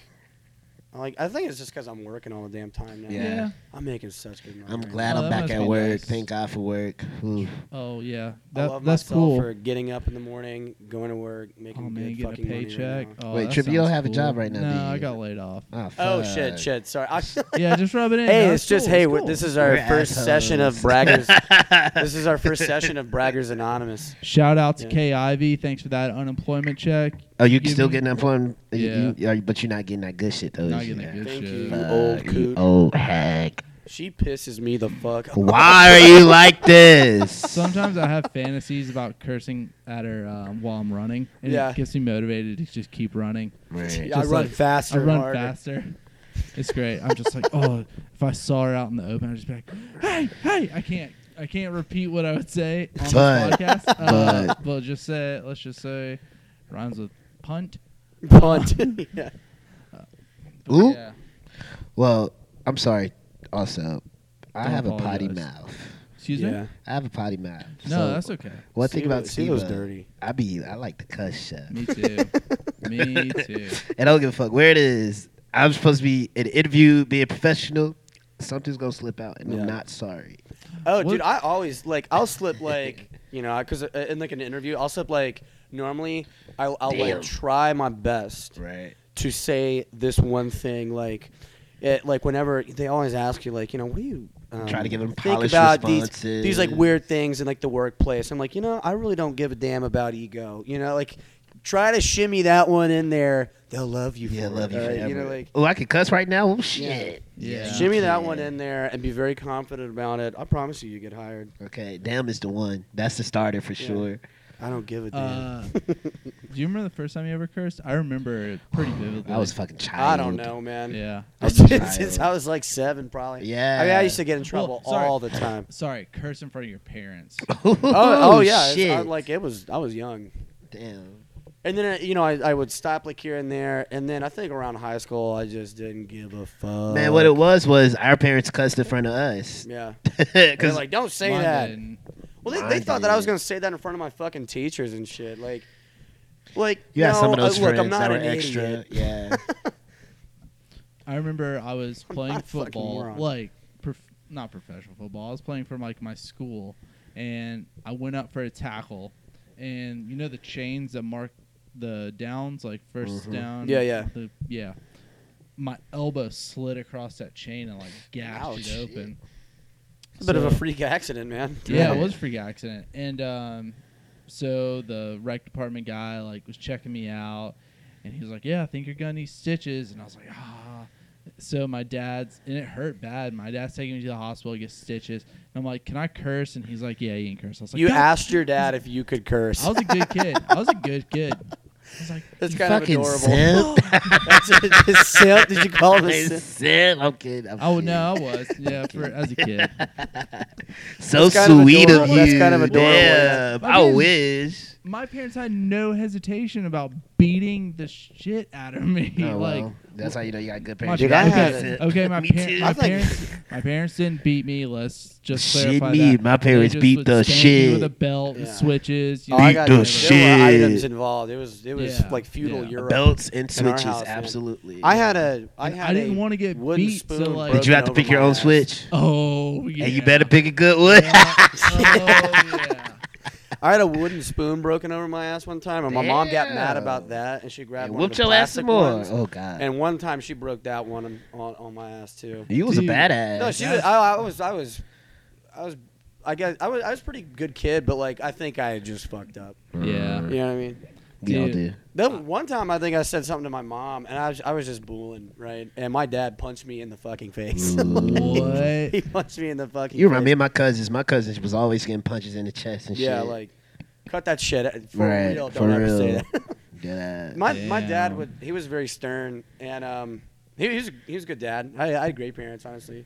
I like. I think it's just because I'm working all the damn time now. Yeah. Yeah. I'm making such good money. I'm right glad Oh, I'm that back must at be work. nice. Thank God for work. Ooh. Oh yeah. now. I That, love that's myself cool. for getting up in the morning, going to work, making oh man, good getting fucking a paycheck. money. Right now. oh, Wait, that Trip, you don't sounds have a cool. job right now, do No, I you? got laid off. Ah, Oh fuck. shit, shit. Sorry. I, Yeah, just rub it in. hey, No, it's just cool, hey. it's we're- cool. This is our We're first session of braggers. this is our first session of braggers anonymous. Shout out to Yeah. K Ivy. Thanks for that unemployment check. Oh, you can Give still me- getting that fun? Yeah. You, you, are- but you're not getting that good shit though. Not is getting you? that good Thank shit. you, you Fuck, old you coot. old hack. She pisses me the fuck. off. Why are you like this? Sometimes I have fantasies about cursing at her um, while I'm running, and Yeah. it gets me motivated to just keep running. Right. Yeah, I Just run like- faster. I run harder. faster. It's great. I'm just like, oh, if I saw her out in the open, I'd just be like, hey, hey, I can't, I can't repeat what I would say on But- this podcast. Uh, but- we'll just say, let's just say, rhymes with punt. Punt. yeah. But Ooh. yeah, Well, I'm sorry. Also, I Don't have a potty apologize. mouth. excuse yeah. me. I have a potty mouth. No, So, that's okay. one thing about She was Siva, dirty. I be I like to cuss shit. Me too. me too. and I don't give a fuck where it is. I'm supposed to be in an interview, being professional. Something's gonna slip out, and Yeah. I'm not sorry. Oh, What- dude, I always like I'll slip like you know because in like an interview I'll slip like normally I'll, I'll Damn. like try my best Right. to say this one thing like it, like whenever they always ask you like you know what do you um, Try to give 'em think polished about these these like responses. weird things in like the workplace I'm like you know I really don't give a damn about ego you know like try to shimmy that one in there they'll love you for Yeah, love it, you all right? forever. you know like oh, I could cuss right now. Oh shit. Yeah. you shimmy that can. one in there and be very confident about it I promise you you get hired Okay, damn is the one. That's the starter for Yeah. sure. I don't give a damn. Uh, Do you remember the first time you ever cursed? I remember it pretty vividly. I was a fucking child. I don't know, man. Yeah. Since, since I was like seven, probably. Yeah. I mean, I used to get in trouble Well, sorry. all the time. Sorry, curse in front of your parents. oh, Oh, oh yeah. it's- shit. I, like it was. I was young. damn. And then uh, you know I, I would stop like here and there, and then I think around high school I just didn't give a fuck. Man, what it was was our parents cussed in front of us. Yeah. They're Cause like, don't say Mine that. didn't. Well, they, Mine they thought that I was did. gonna say that in front of my fucking teachers and shit. Like, like you had no, some of uh, those look, friends I'm not that were an extra. idiot. Yeah. I remember I was I'm playing not a fucking football, moron. like prof- not professional football. I was playing for like my school, and I went up for a tackle, and you know the chains that mark the downs, like 1st down. Mm-hmm. Yeah, yeah. the- yeah. My elbow slid across that chain and like gashed Ouch. it open. A bit of a So- freak accident, man. Yeah, Yeah. it was a freak accident. And um, so the rec department guy like was checking me out, and he was like, "Yeah, I think you're gonna need stitches." And I was like, "Ah." So my dad's and it hurt bad. My dad's taking me to the hospital to get stitches, and I'm like, "Can I curse?" And he's like, "Yeah, you can curse." I was like, you "God." asked your dad if you could curse. I was a good kid. I was a good kid. I was like, That's You kind of fucking adorable. simp. That's it. Just simp. Did you call him a Hey, simp? Sid, I'm kidding. I'm "Oh kidding. no, I was yeah for as a kid." So That's kind of sweet of, adorable- you. that's kind of adorable, Yeah, yeah. I, I mean- wish. My parents had no hesitation about beating the shit out of me. Oh, like well, that's how you know you got good My parents. Dude, I parents- okay, had it. okay, my, Me par- too. my I think- parents, my parents didn't beat me. Let's just Shit clarify me, that. my They parents just beat would the spank me shit. with a belt, Yeah. switches. You Oh, I know, got the you. whatever. There shit. were items involved. It was it was Yeah. like feudal Yeah. Europe. Belts and In our switches, house, man. absolutely. I had a I And I had didn't a wanna get wooden beat, so, like- spoon broken Did you have to over pick your my own ass. switch? Oh Oh, yeah. And you better pick a good one. Yeah. Oh, yeah. I had a wooden spoon broken over my ass one time, and my mom got mad Damn. about that, and she grabbed And one of whooped the your ass some plastic more. ones. Oh god. And one time she broke that one on, on, on my ass too. you was Dude. a badass. No, she was. I, I was. I was. I was. I guess I was. I was a pretty good kid, but like I think I had just fucked up. Yeah. You know what I mean? We all Dude. did. Then one time I think I said something to my mom, and I was, I was just booling, right? And my dad punched me in the fucking face. What? he punched me in the fucking. You face. remember Me and my cousins, my cousins was always getting punches in the chest and Yeah, shit. like cut that shit. out. For Right, real, for don't ever say real. that. Dead ass. my my dad Damn. would he was very stern and um he, he was he was a good dad. I, I had great parents honestly,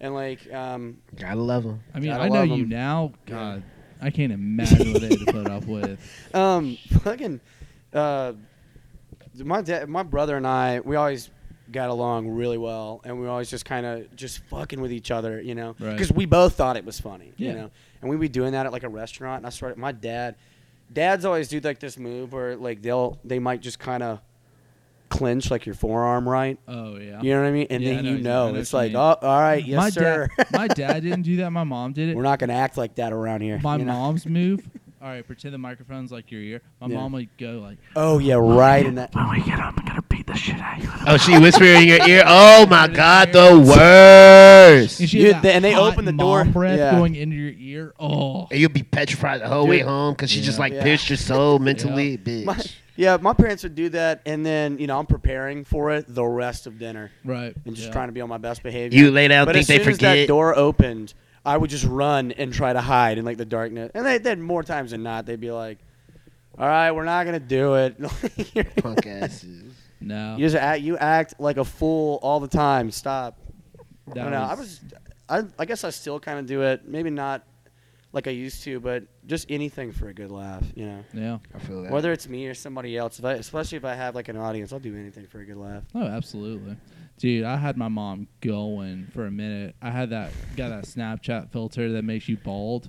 and like um Gotta love him. I mean, Gotta I know love you 'em. now. God, I can't imagine what they had to put up with. um fucking uh my dad my brother and I we always got along really well and we always just kind of just fucking with each other you know Right. because we both thought it was funny Yeah. you know and we'd be doing that at like a restaurant and I swear my dad dads always do like this move where like they'll they might just kind of clench like your forearm right Oh yeah. You know what I mean? And Yeah, I then know you exa- know, I know it's what like, you oh, all right, yes, my sir. dad, my dad didn't do that. My mom did it. We're not gonna act like that around here. my you know? mom's move. All right, pretend the microphone's like your ear. My Yeah. mom would go like, Oh yeah, right. And that. When we get up, I'm gonna beat the shit out of you. Oh, she whispering in your ear. Oh my god, the and, worst. And she had You- that they- and they hot open the mom door. breath Yeah. going into your ear. Oh, you'll be petrified the whole way Dude. home because she just Yeah. like Yeah. pierced your soul mentally, bitch. My, yeah, my parents would do that, and then you know I'm preparing for it the rest of dinner right. and just yeah. trying to be on my best behavior. You lay down, but think as they soon as that forget. door opened, I would just run and try to hide in like the darkness. And they then more times than not, they'd be like, "All right, we're not gonna do it." Punk asses. No, you just act, you act like a fool all the time. Stop. that I don't know. I was, I, I guess I still kind of do it. Maybe not like I used to, but just anything for a good laugh, you know. Yeah. I feel that. Whether it's me or somebody else, if I, especially if I have like an audience, I'll do anything for a good laugh. Oh, absolutely. Dude, I had my mom going for a minute. I had that got that Snapchat filter that makes you bald.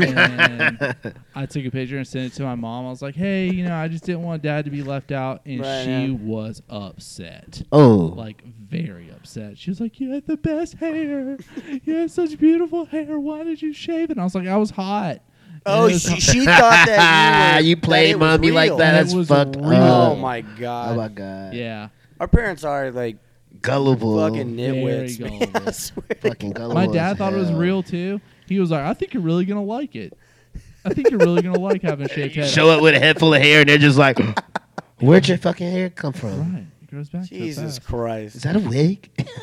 and I took a picture and sent it to my mom. I was like, "Hey, you know, I just didn't want dad to be left out." And Right, she yeah. was upset. oh, Like very upset. She was like, "You had the best hair. You had such beautiful hair. Why did you shave?" it?" And I was like, "I was hot." And it was hot. Oh, she You played mommy like that. It That's was fucked real. Oh up. my Oh god! my god. Yeah. Our parents are like Gullible. fucking Very nitwits. man. I gullible. swear. Fucking gullible. My as dad thought it was hell. real too. He was like, "I think you're really gonna like it. I think you're really gonna like having a shaved You head." show up with a head full of hair and they're just like, "Where'd your fucking hair come from? Right, it grows back. so Jesus fast. Is Christ! that a wig?"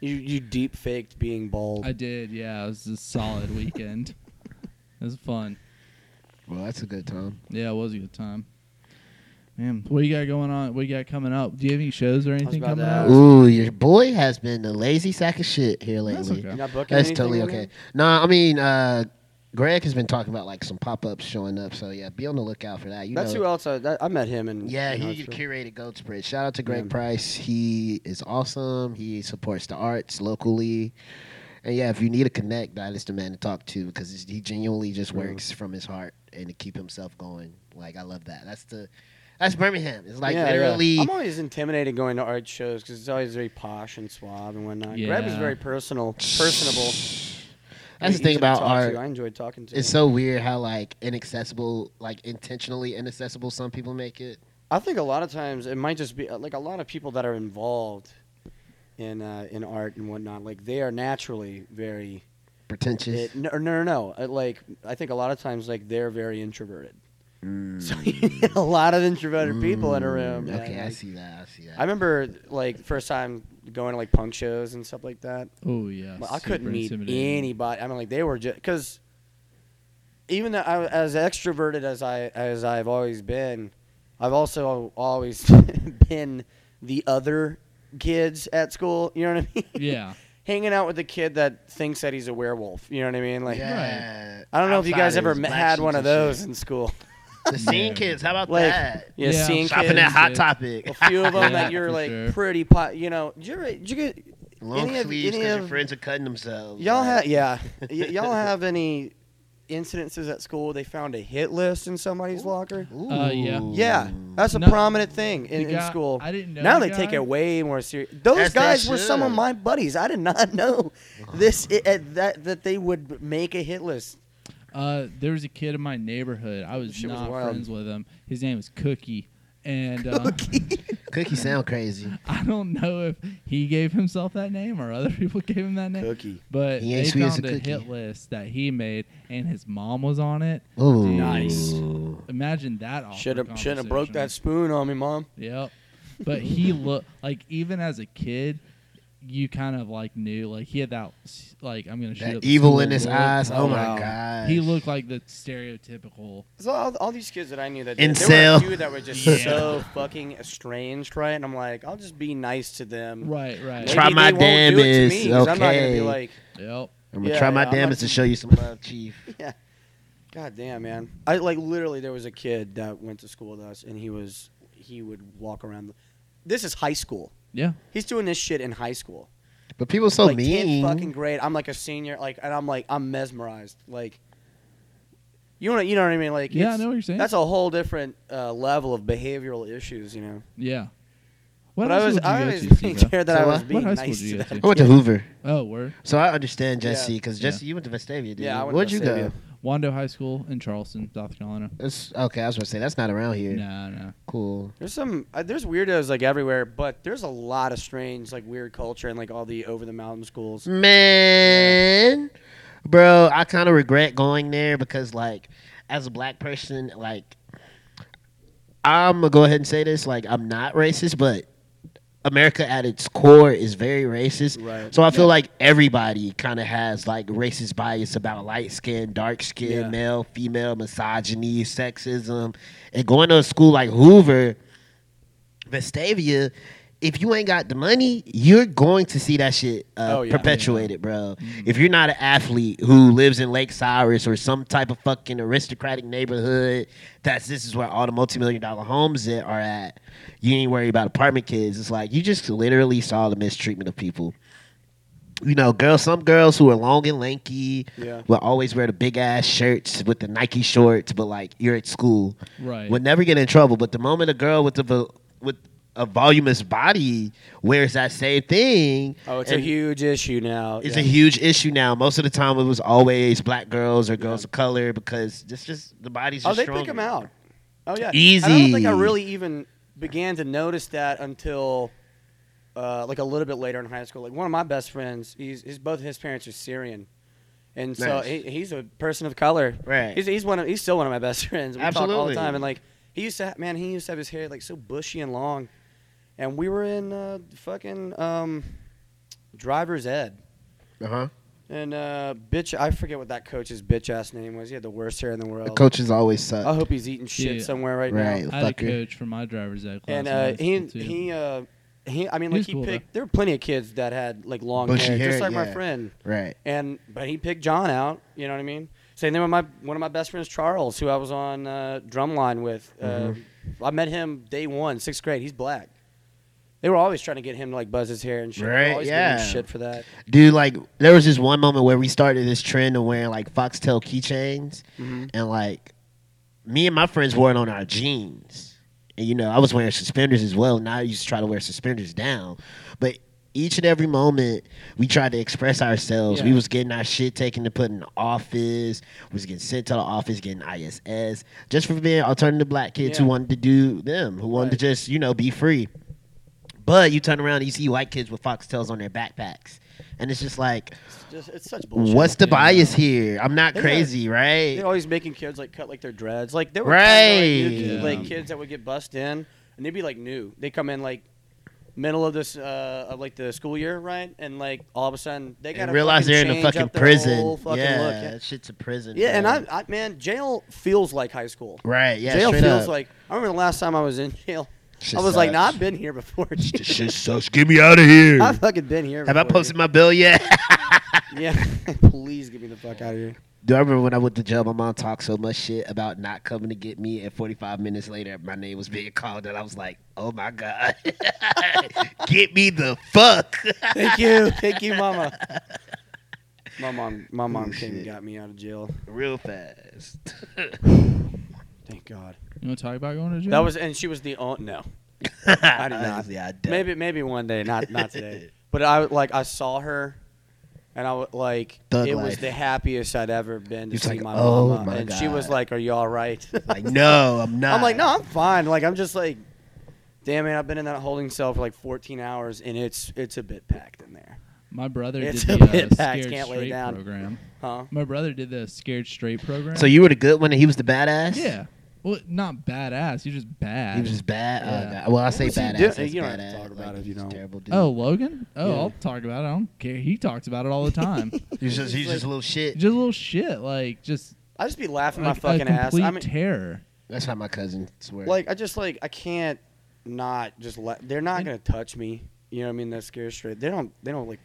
You you deep faked being bald. I did. Yeah, it was a solid weekend. It was fun. well, that's a good time. Yeah, it was a good time. Man, what you got going on? What you got coming up? Do you have any shows or anything about coming to up? ask. Ooh, your boy has been a lazy sack of shit here That's lately. okay. You're not booking That's anything totally right okay. No, I mean, uh, Greg has been talking about like some pop ups showing up, so yeah, be on the lookout for that. You now? That's know, who else I, that, I met him and Yeah, he curated Goat Spread. Shout out to Greg Yeah. Price. He is awesome. He supports the arts locally. And yeah, if you need a connect, that is the man to talk to because he's- he genuinely just True. works from his heart and to keep himself going. Like I love that. That's the that's Birmingham. It's like Yeah, yeah. literally I'm always intimidated going to art shows because it's always very posh and suave and whatnot. Greg was Yeah. very personal, personable. That's the Easy thing to about talk art. To. I enjoyed talking to. It's him. so weird how like inaccessible, like intentionally inaccessible, some people make it. I think a lot of times it might just be uh, like a lot of people that are involved in uh, in art and whatnot. Like they are naturally very. It, Pretentious. no, no, no, no. Uh, Like I think a lot of times like they're very introverted. Mm. So you get a lot of introverted people in a room. Mm, man. Okay, I Like, see that. I see that. I remember like first time going to like punk shows and stuff like that. Oh yeah, Well, I super couldn't meet intimidating. anybody. I mean, like they were just because even though I, as extroverted as I as I've always been, I've also always been the other kids at school. You know what I mean? Yeah, Hanging out with the kid that thinks that he's a werewolf. You know what I mean? Like. yeah. I don't know if you guys ever Outsiders, met, black had sheep one of and those shit. in school. The scene Yeah. kids. How about Like, that? yeah, Yeah. seeing Shopping Shopping kids, at Hot shit. Topic. a few of them Yeah, that you're for like sure. pretty pot. You know, did you, ever- did you get Long Any of- sleeves any because your of- friends are cutting themselves. Y'all like, have yeah. Y- y'all have any incidences at school. They found a hit list in somebody's locker. Uh, yeah. Ooh. Yeah, that's a No. prominent thing The in, in guy- school. I didn't know Now the they take guy. it way more serious. Those Yes, they guys were some of should. my buddies. I did not know this i- at that that they would make a hit list. Uh, there was a kid in my neighborhood. I was Shit was not wild. friends with him. His name was Cookie, and uh, Cookie sound crazy. I don't know if he gave himself that name or other people gave him that name. Cookie. But He they ain't sweet as found a a cookie. hit list that he made, and his mom was on it. Ooh. Nice. Imagine that. awkward Should have should have broke that conversation. spoon on me, mom. Yep. But he looked like even as a kid, you kind of like knew like he had that s- like I'm gonna shoot That up the evil school in his look. eyes. Oh Wow. my god. He looked like the stereotypical. So all, all these kids that I knew that did- there were Incel. a few that were just Yeah. so fucking estranged, right? And I'm like, I'll just be nice to them. Right. Right. Maybe Try they my won't do it to damage, me, 'cause I'm not gonna be okay. like, Yep. I'm gonna Yeah, try my yeah, I'm damage not- to show you some love, Chief. God damn, man. I like literally there was a kid that went to school with us and he was he would walk around the, This is high school. Yeah. He's doing this shit in high school. But people so like 10th mean. fucking grade. I'm like a senior like and I'm like I'm mesmerized. Like you know you know what I mean like Yeah. I it's- know what you're saying. That's a whole different uh, level of behavioral issues, you know. yeah. What but I high was school I did always you go to, think Steve? there that So I what? was What being high school nice did you go to that to? I went to kid. Hoover, Oh, word. so I understand Jesse Yeah. because Jesse, you went to Vestavia, dude. Yeah, I went to Where'd you Vestavia. go? Wando High School in Charleston, South Carolina. It's, okay, I was gonna say that's not around here. Nah, nah. Cool. There's some uh, there's weirdos like everywhere, but there's a lot of strange like weird culture and like all the over the mountain schools. Man, bro, I kind of regret going there because, like, as a black person, like, I'm gonna go ahead and say this: like, I'm not racist, but America at its core is very racist. Right. So I feel Yeah. like everybody kind of has like racist bias about light skin, dark skin, Yeah. male, female, misogyny, sexism, and going to a school like Hoover, Vestavia. If you ain't got the money, you're going to see that shit uh, Oh, yeah. Mm-hmm. perpetuated, bro. If you're not an athlete who lives in Lake Cyrus or some type of fucking aristocratic neighborhood, that's this is where all the multimillion dollar homes at- are at. You ain't worried about apartment kids. It's like you just literally saw the mistreatment of people you know, girls, some girls who are long and lanky Yeah. will always wear the big ass shirts with the Nike shorts, but like you're at school, Right. would never get in trouble. But the moment a girl with the vo- with a voluminous body wears that same thing, Oh, it's a and huge issue now. It's Yeah. a huge issue now. Most of the time, it was always black girls or girls of color because it's just the body's. Just Oh, they stronger. pick them out. Oh yeah, And Easy. I don't think I really even began to notice that until uh, like a little bit later in high school. Like one of my best friends, he's, he's both his parents are Syrian, and so Nice. he, he's a person of color. Right. He's, he's one. Of, he's still one of my best friends. We talk all the Absolutely. time, and like he used to, ha- man, he used to have his hair like so bushy and long, and we were in uh, fucking um, driver's ed. Uh huh. And uh, bitch, I forget what that coach's bitch ass name was. He had the worst hair in the world. The coaches always I suck. hope he's eating shit Yeah. somewhere right, Right. now. I had a Fucker. coach for my driver's ed class. And in uh, high he school, too. he uh, he. I mean, He like was he cool, though. picked. There were plenty of kids that had like long Bushy hair, just hair, like my yeah. friend. Right. And but he picked John out. You know what I mean? Same thing with my one of my best friends, Charles, who I was on uh, drumline with. Uh, Mm-hmm. I met him day one, sixth grade. He's black. They were always trying to get him to like buzz his hair and shit. They were Right, always giving him yeah. Shit for that. Dude, like there was this one moment where we started this trend of wearing like foxtail keychains, and like me and my friends wore it on our jeans. And you know, I was wearing suspenders as well. Now I used to try to wear suspenders down, but each and every moment we tried to express ourselves. We Yeah. was getting our shit taken to put in the office. We was getting sent to the office, getting ISS, just for being alternative black kids who Yeah. wanted to do them, who wanted Right. to just you know be free. But you turn around and you see white kids with foxtails on their backpacks. And it's just like, It's just it's such bullshit. what's the Yeah. bias here? I'm not They crazy, right? They're always making kids like cut like their dreads. Like there were Right. times, where, like, dudes- like, Yeah. kids that would get bussed in, and they'd be like new. They come in like middle of this uh, of like the school year, right? And like all of a sudden they got and realize they're in a fucking prison. Fucking yeah, look. yeah. that shit's a prison. Yeah, and bro. Um, I, I man, jail feels like high school. right. Yeah, jail straight feels up. like I remember the last time I was in jail. Shit I was like, sucks. nah, I've been here before. This shit sucks. Get me out of here. I've fucking been here. Have I before, posted my bill yet? dude. Yeah, please get me the fuck out of here. Do I remember when I went to jail? My mom talked so much shit about not coming to get me, and 45 minutes later, my name was being called, and I was like, "Oh my god, get me the fuck!" Thank you, thank you, mama. My mom, my mom came and Oh, shit. got me out of jail. real fast. Thank God. You want to talk about going to jail? That was, and she was the only. No, I did not. Yeah, I doubt. maybe maybe one day, not not today. But I like I saw her, and I wa- like Thug it was life. the happiest I'd ever been to It's see like, my oh mama, my and she was God. like, "Are you all right?" Like, no, I'm not. I'm like, "No, I'm fine." Like I'm just like, "Damn it, I've been in that holding cell for like 14 hours, and it's it's a bit packed in there." my brother It's did a the bit uh, packed, scared can't lay straight down. program. Huh? My brother did the scared straight program. So you were the good one, and he was the badass. yeah, well, not badass. You're just bad. He was just bad. Oh, Yeah. God. Well, I say was he badass. doing? that's You don't have to badass. talk about it if you he's a don't. Terrible dude. Oh, Logan? Oh, Yeah. I'll talk about it. I don't care. He talks about it all the time. he's just he's just a little shit. just a little shit, like just I just be laughing like, my fucking a ass. complete I mean, terror. That's how my cousin swears. like I just like I can't not just let. They're not gonna touch me. You know what I mean? That scares straight. They don't. They don't like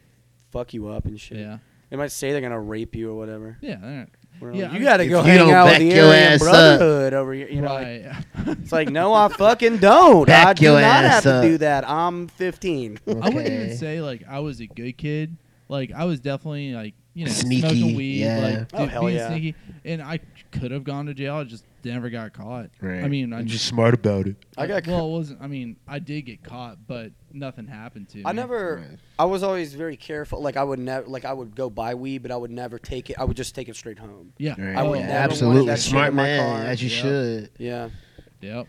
fuck you up and shit. Yeah, They might say they're gonna rape you or whatever. yeah, they're- We're Yeah, like, I you mean- got to If go you hang don't out with back the your Aryan ass up. Brotherhood over here. You know, like, right. it's like no, I fucking don't. I Back do not your have ass to up. do that. I'm 15. I wouldn't even Okay. say like I was a good kid. Like I was definitely like you know Sneaky, smoking weed, yeah. like Oh, hell being yeah. sneaky, and I could have gone to jail. I just never got caught. Right. I mean, I I'm just smart about it. I got. well, it wasn't. I mean, I did get caught, but nothing happened to me. I never. Right. I was always very careful. Like I would never. Like I would go buy weed, but I would never take it. I would just take it straight home. Yeah. Right. I would Yeah, never wanted absolutely that shit smart in my man, car. as you Yeah. should. Yeah. Yep.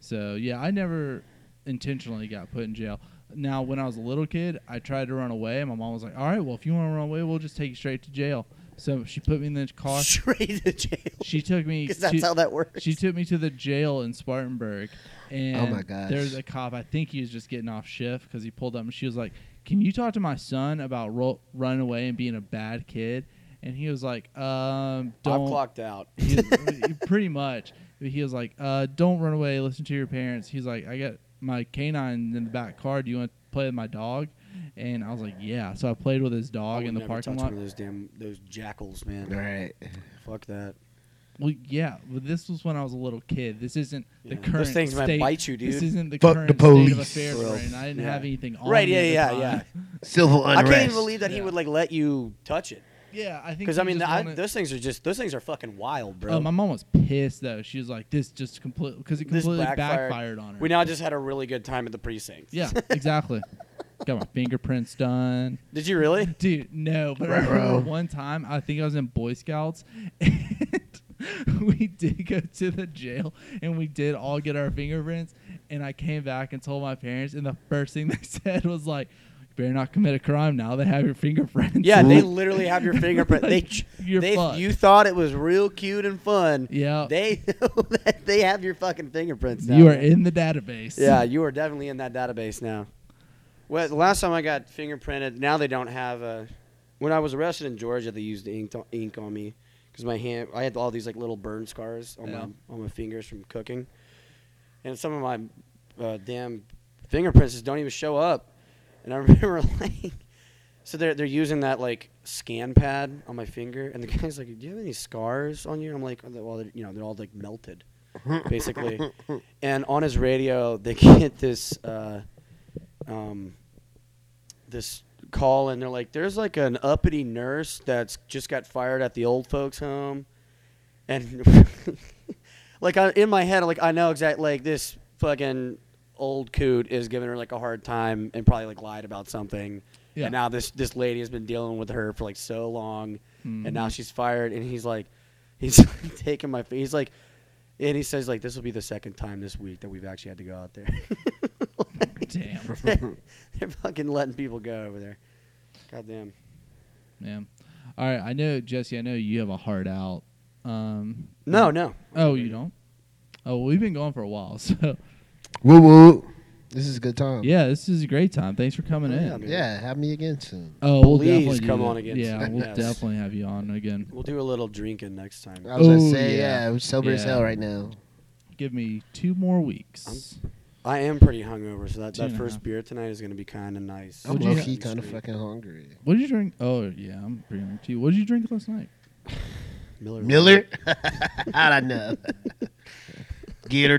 So yeah, I never intentionally got put in jail. Now, when I was a little kid, I tried to run away, and my mom was like, "All right, well, if you want to run away, we'll just take you straight to jail." So she put me in the car. Straight to jail. She took me. Because she- that's how that works. She took me to the jail in Spartanburg, and Oh my gosh. there's a cop. I think he was just getting off shift because he pulled up, and she was like, "Can you talk to my son about ro- running away and being a bad kid?" And he was like, "Um, I've don't." clocked out. He was- pretty much. He was like, uh, "Don't run away. Listen to your parents." He's like, "I got my canine in the back car. Do you want to play with my dog?" And I was like, "Yeah." So I played with his I dog would in the never parking touch lot. One of those damn those jackals, man. Right. Fuck that. Well, yeah, but this was when I was a little kid. This isn't Yeah. the Those current things might state. bite you, dude. This isn't the Fuck current the state of police. affairs. For real. Right? And I didn't Yeah. have anything on. Right, me at yeah, the yeah, time. Civil I unrest. can't even believe that he Yeah. would like let you touch it. Yeah, I think Because he I mean, just I, wanted- those things are just those things are fucking wild, bro. Uh, my mom was pissed though. She was like, "This just completely because it This completely backfired. on her." we now just had a really good time at the precinct. yeah, exactly. Got my fingerprints done. Did you really? Dude, no, but I Ruh-roh. remember one time I think I was in Boy Scouts and we did go to the jail and we did all get our fingerprints and I came back and told my parents and the first thing they said was like you better not commit a crime now that have your fingerprints. Yeah, they literally have your fingerprint. they, ch- You're they fucked. you thought it was real cute and fun. Yeah. They they have your fucking fingerprints now. you are in the database. Yeah, you are definitely in that database now. Well, the last time I got fingerprinted, now they don't have a. When I was arrested in Georgia, they used ink ink on me because my hand. I had all these like little burn scars on Yeah. my on my fingers from cooking, and some of my uh, damn fingerprints just don't even show up. And I remember like, so they're they're using that like scan pad on my finger, and the guy's like, "Do you have any scars on you?" I'm like, "Well, they're, you know, they're all like melted." basically. and on his radio, they get this uh, um, this call, and they're like, "There's like an uppity nurse that's just got fired at the old folks' home," and like I, in my head, like I know exactly like this fucking old coot is giving her like a hard time and probably like lied about something. Yeah. And now this this lady has been dealing with her for like so long, Mm-hmm. and now she's fired. And he's like, he's taking my. He's like, and he says like, this will be the second time this week that we've actually had to go out there. Damn. They're fucking letting people go over there. Goddamn. Man. All right, I know Jesse, I know you have a heart out. Um No, no. Oh, you don't? Oh, we've been going for a while, so Woo woo. This is a good time. yeah, this is a great time. Thanks for coming Yeah, in. man. Yeah. Have me again soon. Oh, we'll Please definitely do come that. on again Yeah, soon. we'll Yes. definitely have you on again. We'll do a little drinking next time. I was gonna Oh, say, yeah. yeah, I'm sober as Yeah. hell right now. Give me two more weeks. I am pretty hungover, so that, Two and that a first half. beer tonight is gonna be kind of nice. I'm Would you- low key kind of fucking hungry. What did you drink? Oh yeah, I'm pretty hungry too. What did you drink last night? Miller. Miller? How'd I know? Get her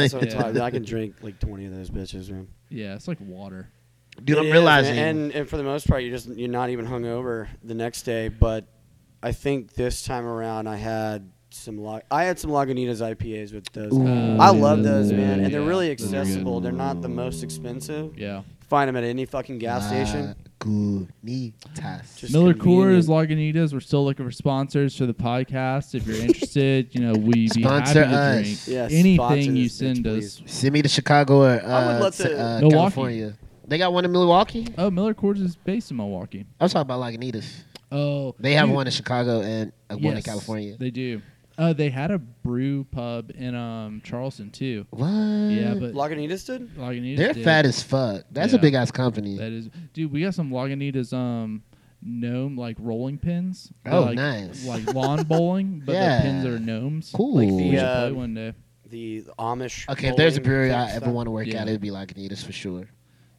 That's what I'm talking about. I can drink like 20 of those bitches, man. Yeah, it's like water. Dude, It I'm is, realizing. and and for the most part, you're just you're not even hungover the next day. But I think this time around, I had some La- I had some Lagunitas IPAs with those. Ooh. I love those, Yeah, man, and they're yeah, really those are good. accessible. They're not the most expensive. Yeah. Find them at any fucking gas station. Lagunitas. Just Miller convenient. Coors, Lagunitas. We're still looking for sponsors for the podcast. If you're interested, you know we'd be Sponsor happy to us. drink Yeah, sponsor anything you this bitch, send us. please. Send me to Chicago or uh, I would love to, to- uh, Milwaukee. California. They got one in Milwaukee. Oh, Miller Coors is based in Milwaukee. I was talking about Lagunitas. Oh, They have dude, one in Chicago and uh, one in yes, California. They do. Uh, they had a brew pub in um Charleston too. What? Mm. Yeah, but Lagunitas did. Lagunitas. they're did. fat as fuck. That's a Yeah. big ass company. That is, dude. We got some Lagunitas um gnome like rolling pins. They're Oh, like, nice. Like lawn bowling, but Yeah. the pins are gnomes. Cool. Like, we The, should uh, play one day. The Amish. okay, oh, if there's a bowling brewery type I ever stuff. want to work Yeah. at, it'd be Lagunitas for sure.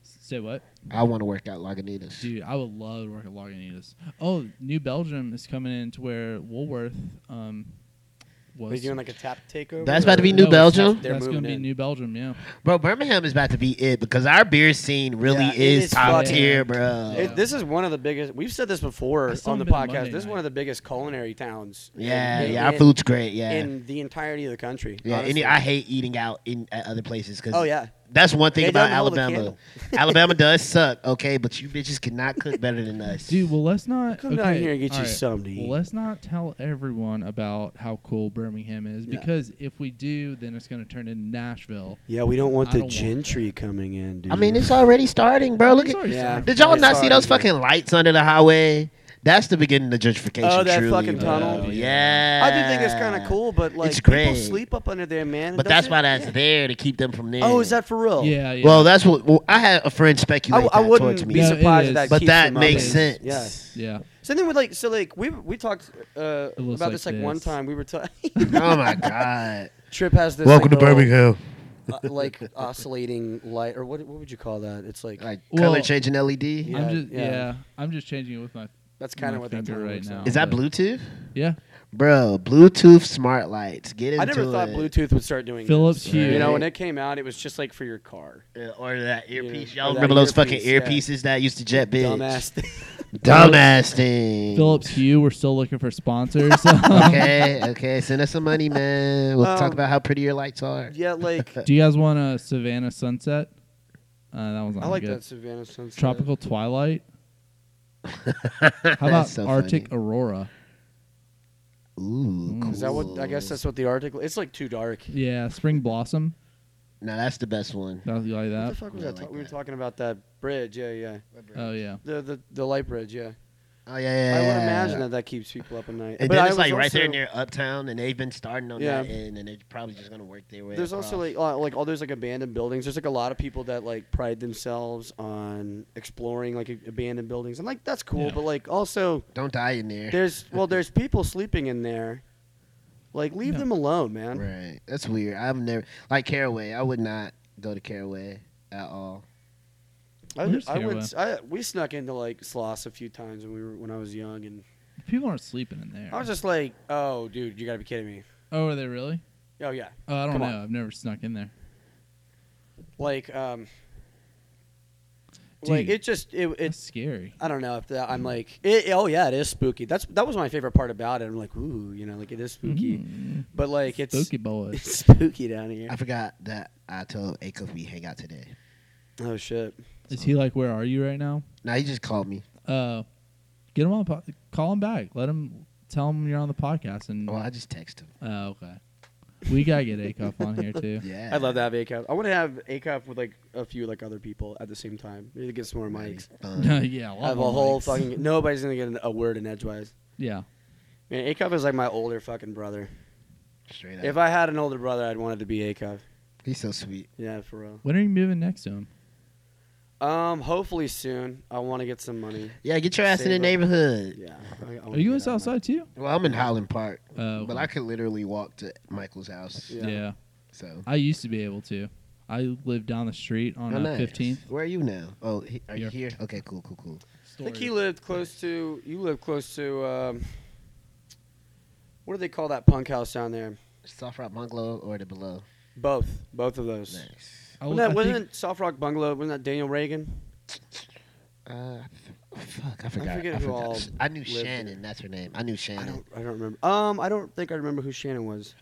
Say what? I want to work at Lagunitas. Dude, I would love to work at Lagunitas. Oh, New Belgium is coming in to where Woolworth um was. Are you doing like a tap takeover? That's about to be or- New No, it's- Belgium? They're That's, going moving to be in. New Belgium, yeah. Bro, Birmingham is about to be it because our beer scene really Yeah, it is, is top fucking- tier, bro. Yeah. It, this is one of the biggest. We've said this I before saw on the them in podcast. Monday this is night. one of the biggest culinary towns. yeah, in, yeah, our in- food's great. Yeah, in the entirety of the country. yeah. Any, honestly. I hate eating out in at other places because oh yeah, That's one thing They about don't hold a Alabama. candle. Alabama does suck, okay, but you bitches cannot cook better than us. Dude, well, let's not. come okay, down here and get you alright. something to Well, eat. let's not tell everyone about how cool Birmingham is Yeah. because if we do, then it's going to turn into Nashville. yeah, we don't want I the don't want gentry coming in, dude. I mean, it's already starting, bro. Look It's at already Yeah. started. Did y'all It's not see those already- fucking lights under the highway? That's the beginning of gentrification. Oh, that truly, fucking bro. tunnel? Yeah. I do think it's kind of cool, but like It's people great. sleep up under there, man. But Doesn't that's it? why that's Yeah. there to keep them from there. Oh, is that for real? Yeah, yeah. Well, that's what well, I had a friend I, speculate I that towards wouldn't me. be No, it surprised is. if that. but keeps that them up. makes It is. sense. Yeah. yeah. So then with like so like we we talked uh, It looks about this like like one this. time we were talking. Oh my god. Trip has this. Welcome like, to little, Birmingham. uh, like oscillating light or what what would you call that? It's like, Like Well- color changing E LED. Yeah. I'm just, yeah. yeah. I'm just changing it with my. that's kind my of what that finger tunnel right looks now. like. Is that Bluetooth? Yeah. Bro, Bluetooth smart lights. Get into I never thought it. Bluetooth would start doing Philips this. Hue. You know, when it came out, it was just like for your car. Uh, or that earpiece, Yeah. y'all Or that- Remember those fucking earpiece, earpieces that used to jet bitch? Dumbass thing. Dumbass thing. Phillips Hue, we're still looking for sponsors. okay, okay. Send us some money, man. We'll Um, talk about how pretty your lights are. yeah, like Do you guys want a Savannah sunset? Uh, that was I like good. that Savannah sunset. Tropical twilight. How about That's so Arctic aurora? Ooh, Mm. cool. Is that what? I guess that's what the article. It's like too dark. Yeah, spring blossom. No, that's the best one. That- You like What the that? fuck was Yeah, that? like we were that. talking about that bridge. Yeah, yeah. Oh yeah. The the, the light bridge. Yeah. Oh yeah, yeah. I would yeah. imagine that that keeps people up at night. And but then I it's was like right also- there near Uptown, and they've been starting on Yeah. that end, and they're probably just gonna work their way. There's also across. like uh, like all those like abandoned buildings. There's like a lot of people that like pride themselves on exploring like a- abandoned buildings, and like that's cool. Yeah. But like also don't die in there. There's well, there's people sleeping in there. Like leave Yeah. them alone, man. Right, that's weird. I've never like Caraway. I would not go to Caraway at all. I, Where's I Hero? went. I, we snuck into like Sloss a few times when we were when I was young, and People aren't sleeping in there. I was just like, "Oh, dude, you gotta be kidding me!" oh, are they really? Oh yeah, Oh, I don't Come know. on. I've never snuck in there. like um, like Dude. it just it It's it's. scary. I don't know if that, I'm like, it, oh yeah, it is spooky. That's that was my favorite part about it. I'm like, ooh, you know, like it is spooky, Mm. but like it's Spooky boys. it's spooky down here. I forgot that I told Acuff we hang out today. Oh shit. Is he like, where are you right now? Now he just called me. Uh, get him on. Po- call him back. Let him tell him you're on the podcast. And Well, I just texted him. Oh, okay. We gotta get Acuff on here too. Yeah, I'd love to have ACAP. I want to have ACAP with like a few like other people at the same time. Need to get some more That'd be mics. fun. yeah, a lot I have a more whole mics. fucking nobody's gonna get an- a word in edgewise. yeah. Man, ACAP is like my older fucking brother. Straight up. If I had an older brother, I'd want it to be ACAP. He's so sweet. Yeah, for real. When are you moving next to him? Um, hopefully soon. I want to get some money. Yeah, get your ass in the Save up. neighborhood. Yeah. I, I Are wanna you in get out of my- Southside too? Well, I'm in Highland Park, Oh, but I could literally walk to Michael's house. yeah. Yeah. So I used to be able to. I lived down the street on Oh, uh, nice. 15th. Where are you now? Oh, he, are you Here. here? Okay, cool, cool, cool. I think he lived close to. You lived close to. Um, what do they call that punk house down there? Soft Rock Bungalow or the below? Both, both of those. Nice. I, Wasn't, was- I that, think- wasn't Soft Rock Bungalow? Wasn't that Daniel Reagan? Uh, fuck, I forgot. forget I, who forgot. all I knew lived here. Shannon. That's her name. I knew I Shannon. don't. I don't remember. Um, I don't think I remember who Shannon was.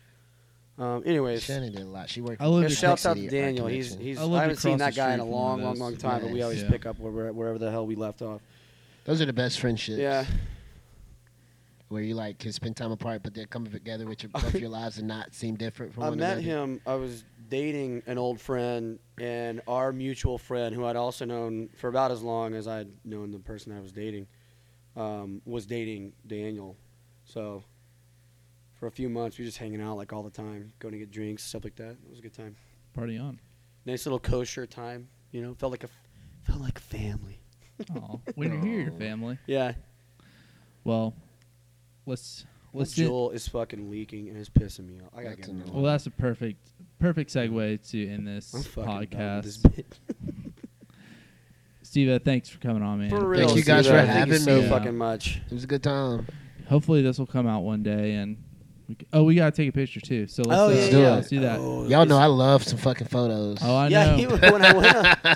Um, anyways, Shannon did a lot. She worked. I lived yeah, Good shouts out to complexity, our Daniel. He's connection. he's. I I, lived haven't seen across that the guy in a street from long, those. long, long time, but we Nice. always Yeah. pick up where, wherever the hell we left off. Those are the best friendships. Yeah. Where you like can spend time apart, but then come together with your both your lives and not seem different from I one met another. him. I was dating an old friend and our mutual friend, who I'd also known for about as long as I'd known the person I was dating, um, was dating Daniel. So for a few months, we were just hanging out like all the time, going to get drinks, stuff like that. It was a good time. Party on. Nice little kosher time. You know, felt like a felt like family. Aw, when you're here, your family. Yeah. Well, let's let's do. Jewel is fucking leaking and it's pissing me off. I gotta get That's another annoying. one. Well, that's a perfect perfect segue to end this I'm fucking done podcast. with this bitch. Steve, uh, thanks for coming on, man. For real, you guys Steve-O, for thank you having so me. fucking much. It was a good time. Hopefully, this will come out one day. And we c- oh, we gotta take a picture too. So let's, oh, uh, yeah, Let's do yeah. it. let's do that. Oh, Oh, Y'all know he's- I love some fucking photos. I yeah, know. he, when, I went up,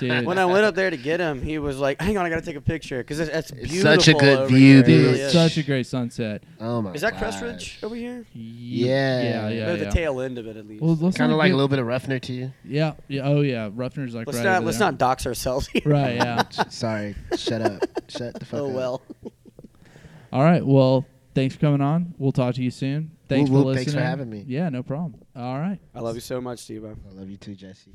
Dude, when I went up there to get him, he was like, "Hang on, I gotta take a picture because that's, that's It's beautiful." such a good over view, here. It dude, really it's is. such a great sunset. oh my. Is that Crest gosh. Ridge over here? Ye- Yeah. yeah, yeah. Or the yeah. tail end of it, at least. Well, let's Kind not of like get- a little bit of Ruffner to you. Yeah, yeah. Oh yeah, Ruffner's like let's right. not over let's there. not dox ourselves here. Right. Yeah. Sorry. Shut up. Shut the fuck Oh up. well. All right. Well, thanks for coming on. We'll talk to you soon. Thanks Whoop, for whoop. listening. Thanks for having me. Yeah, no problem. All right. I love you so much, Steve. I love you too, Jesse.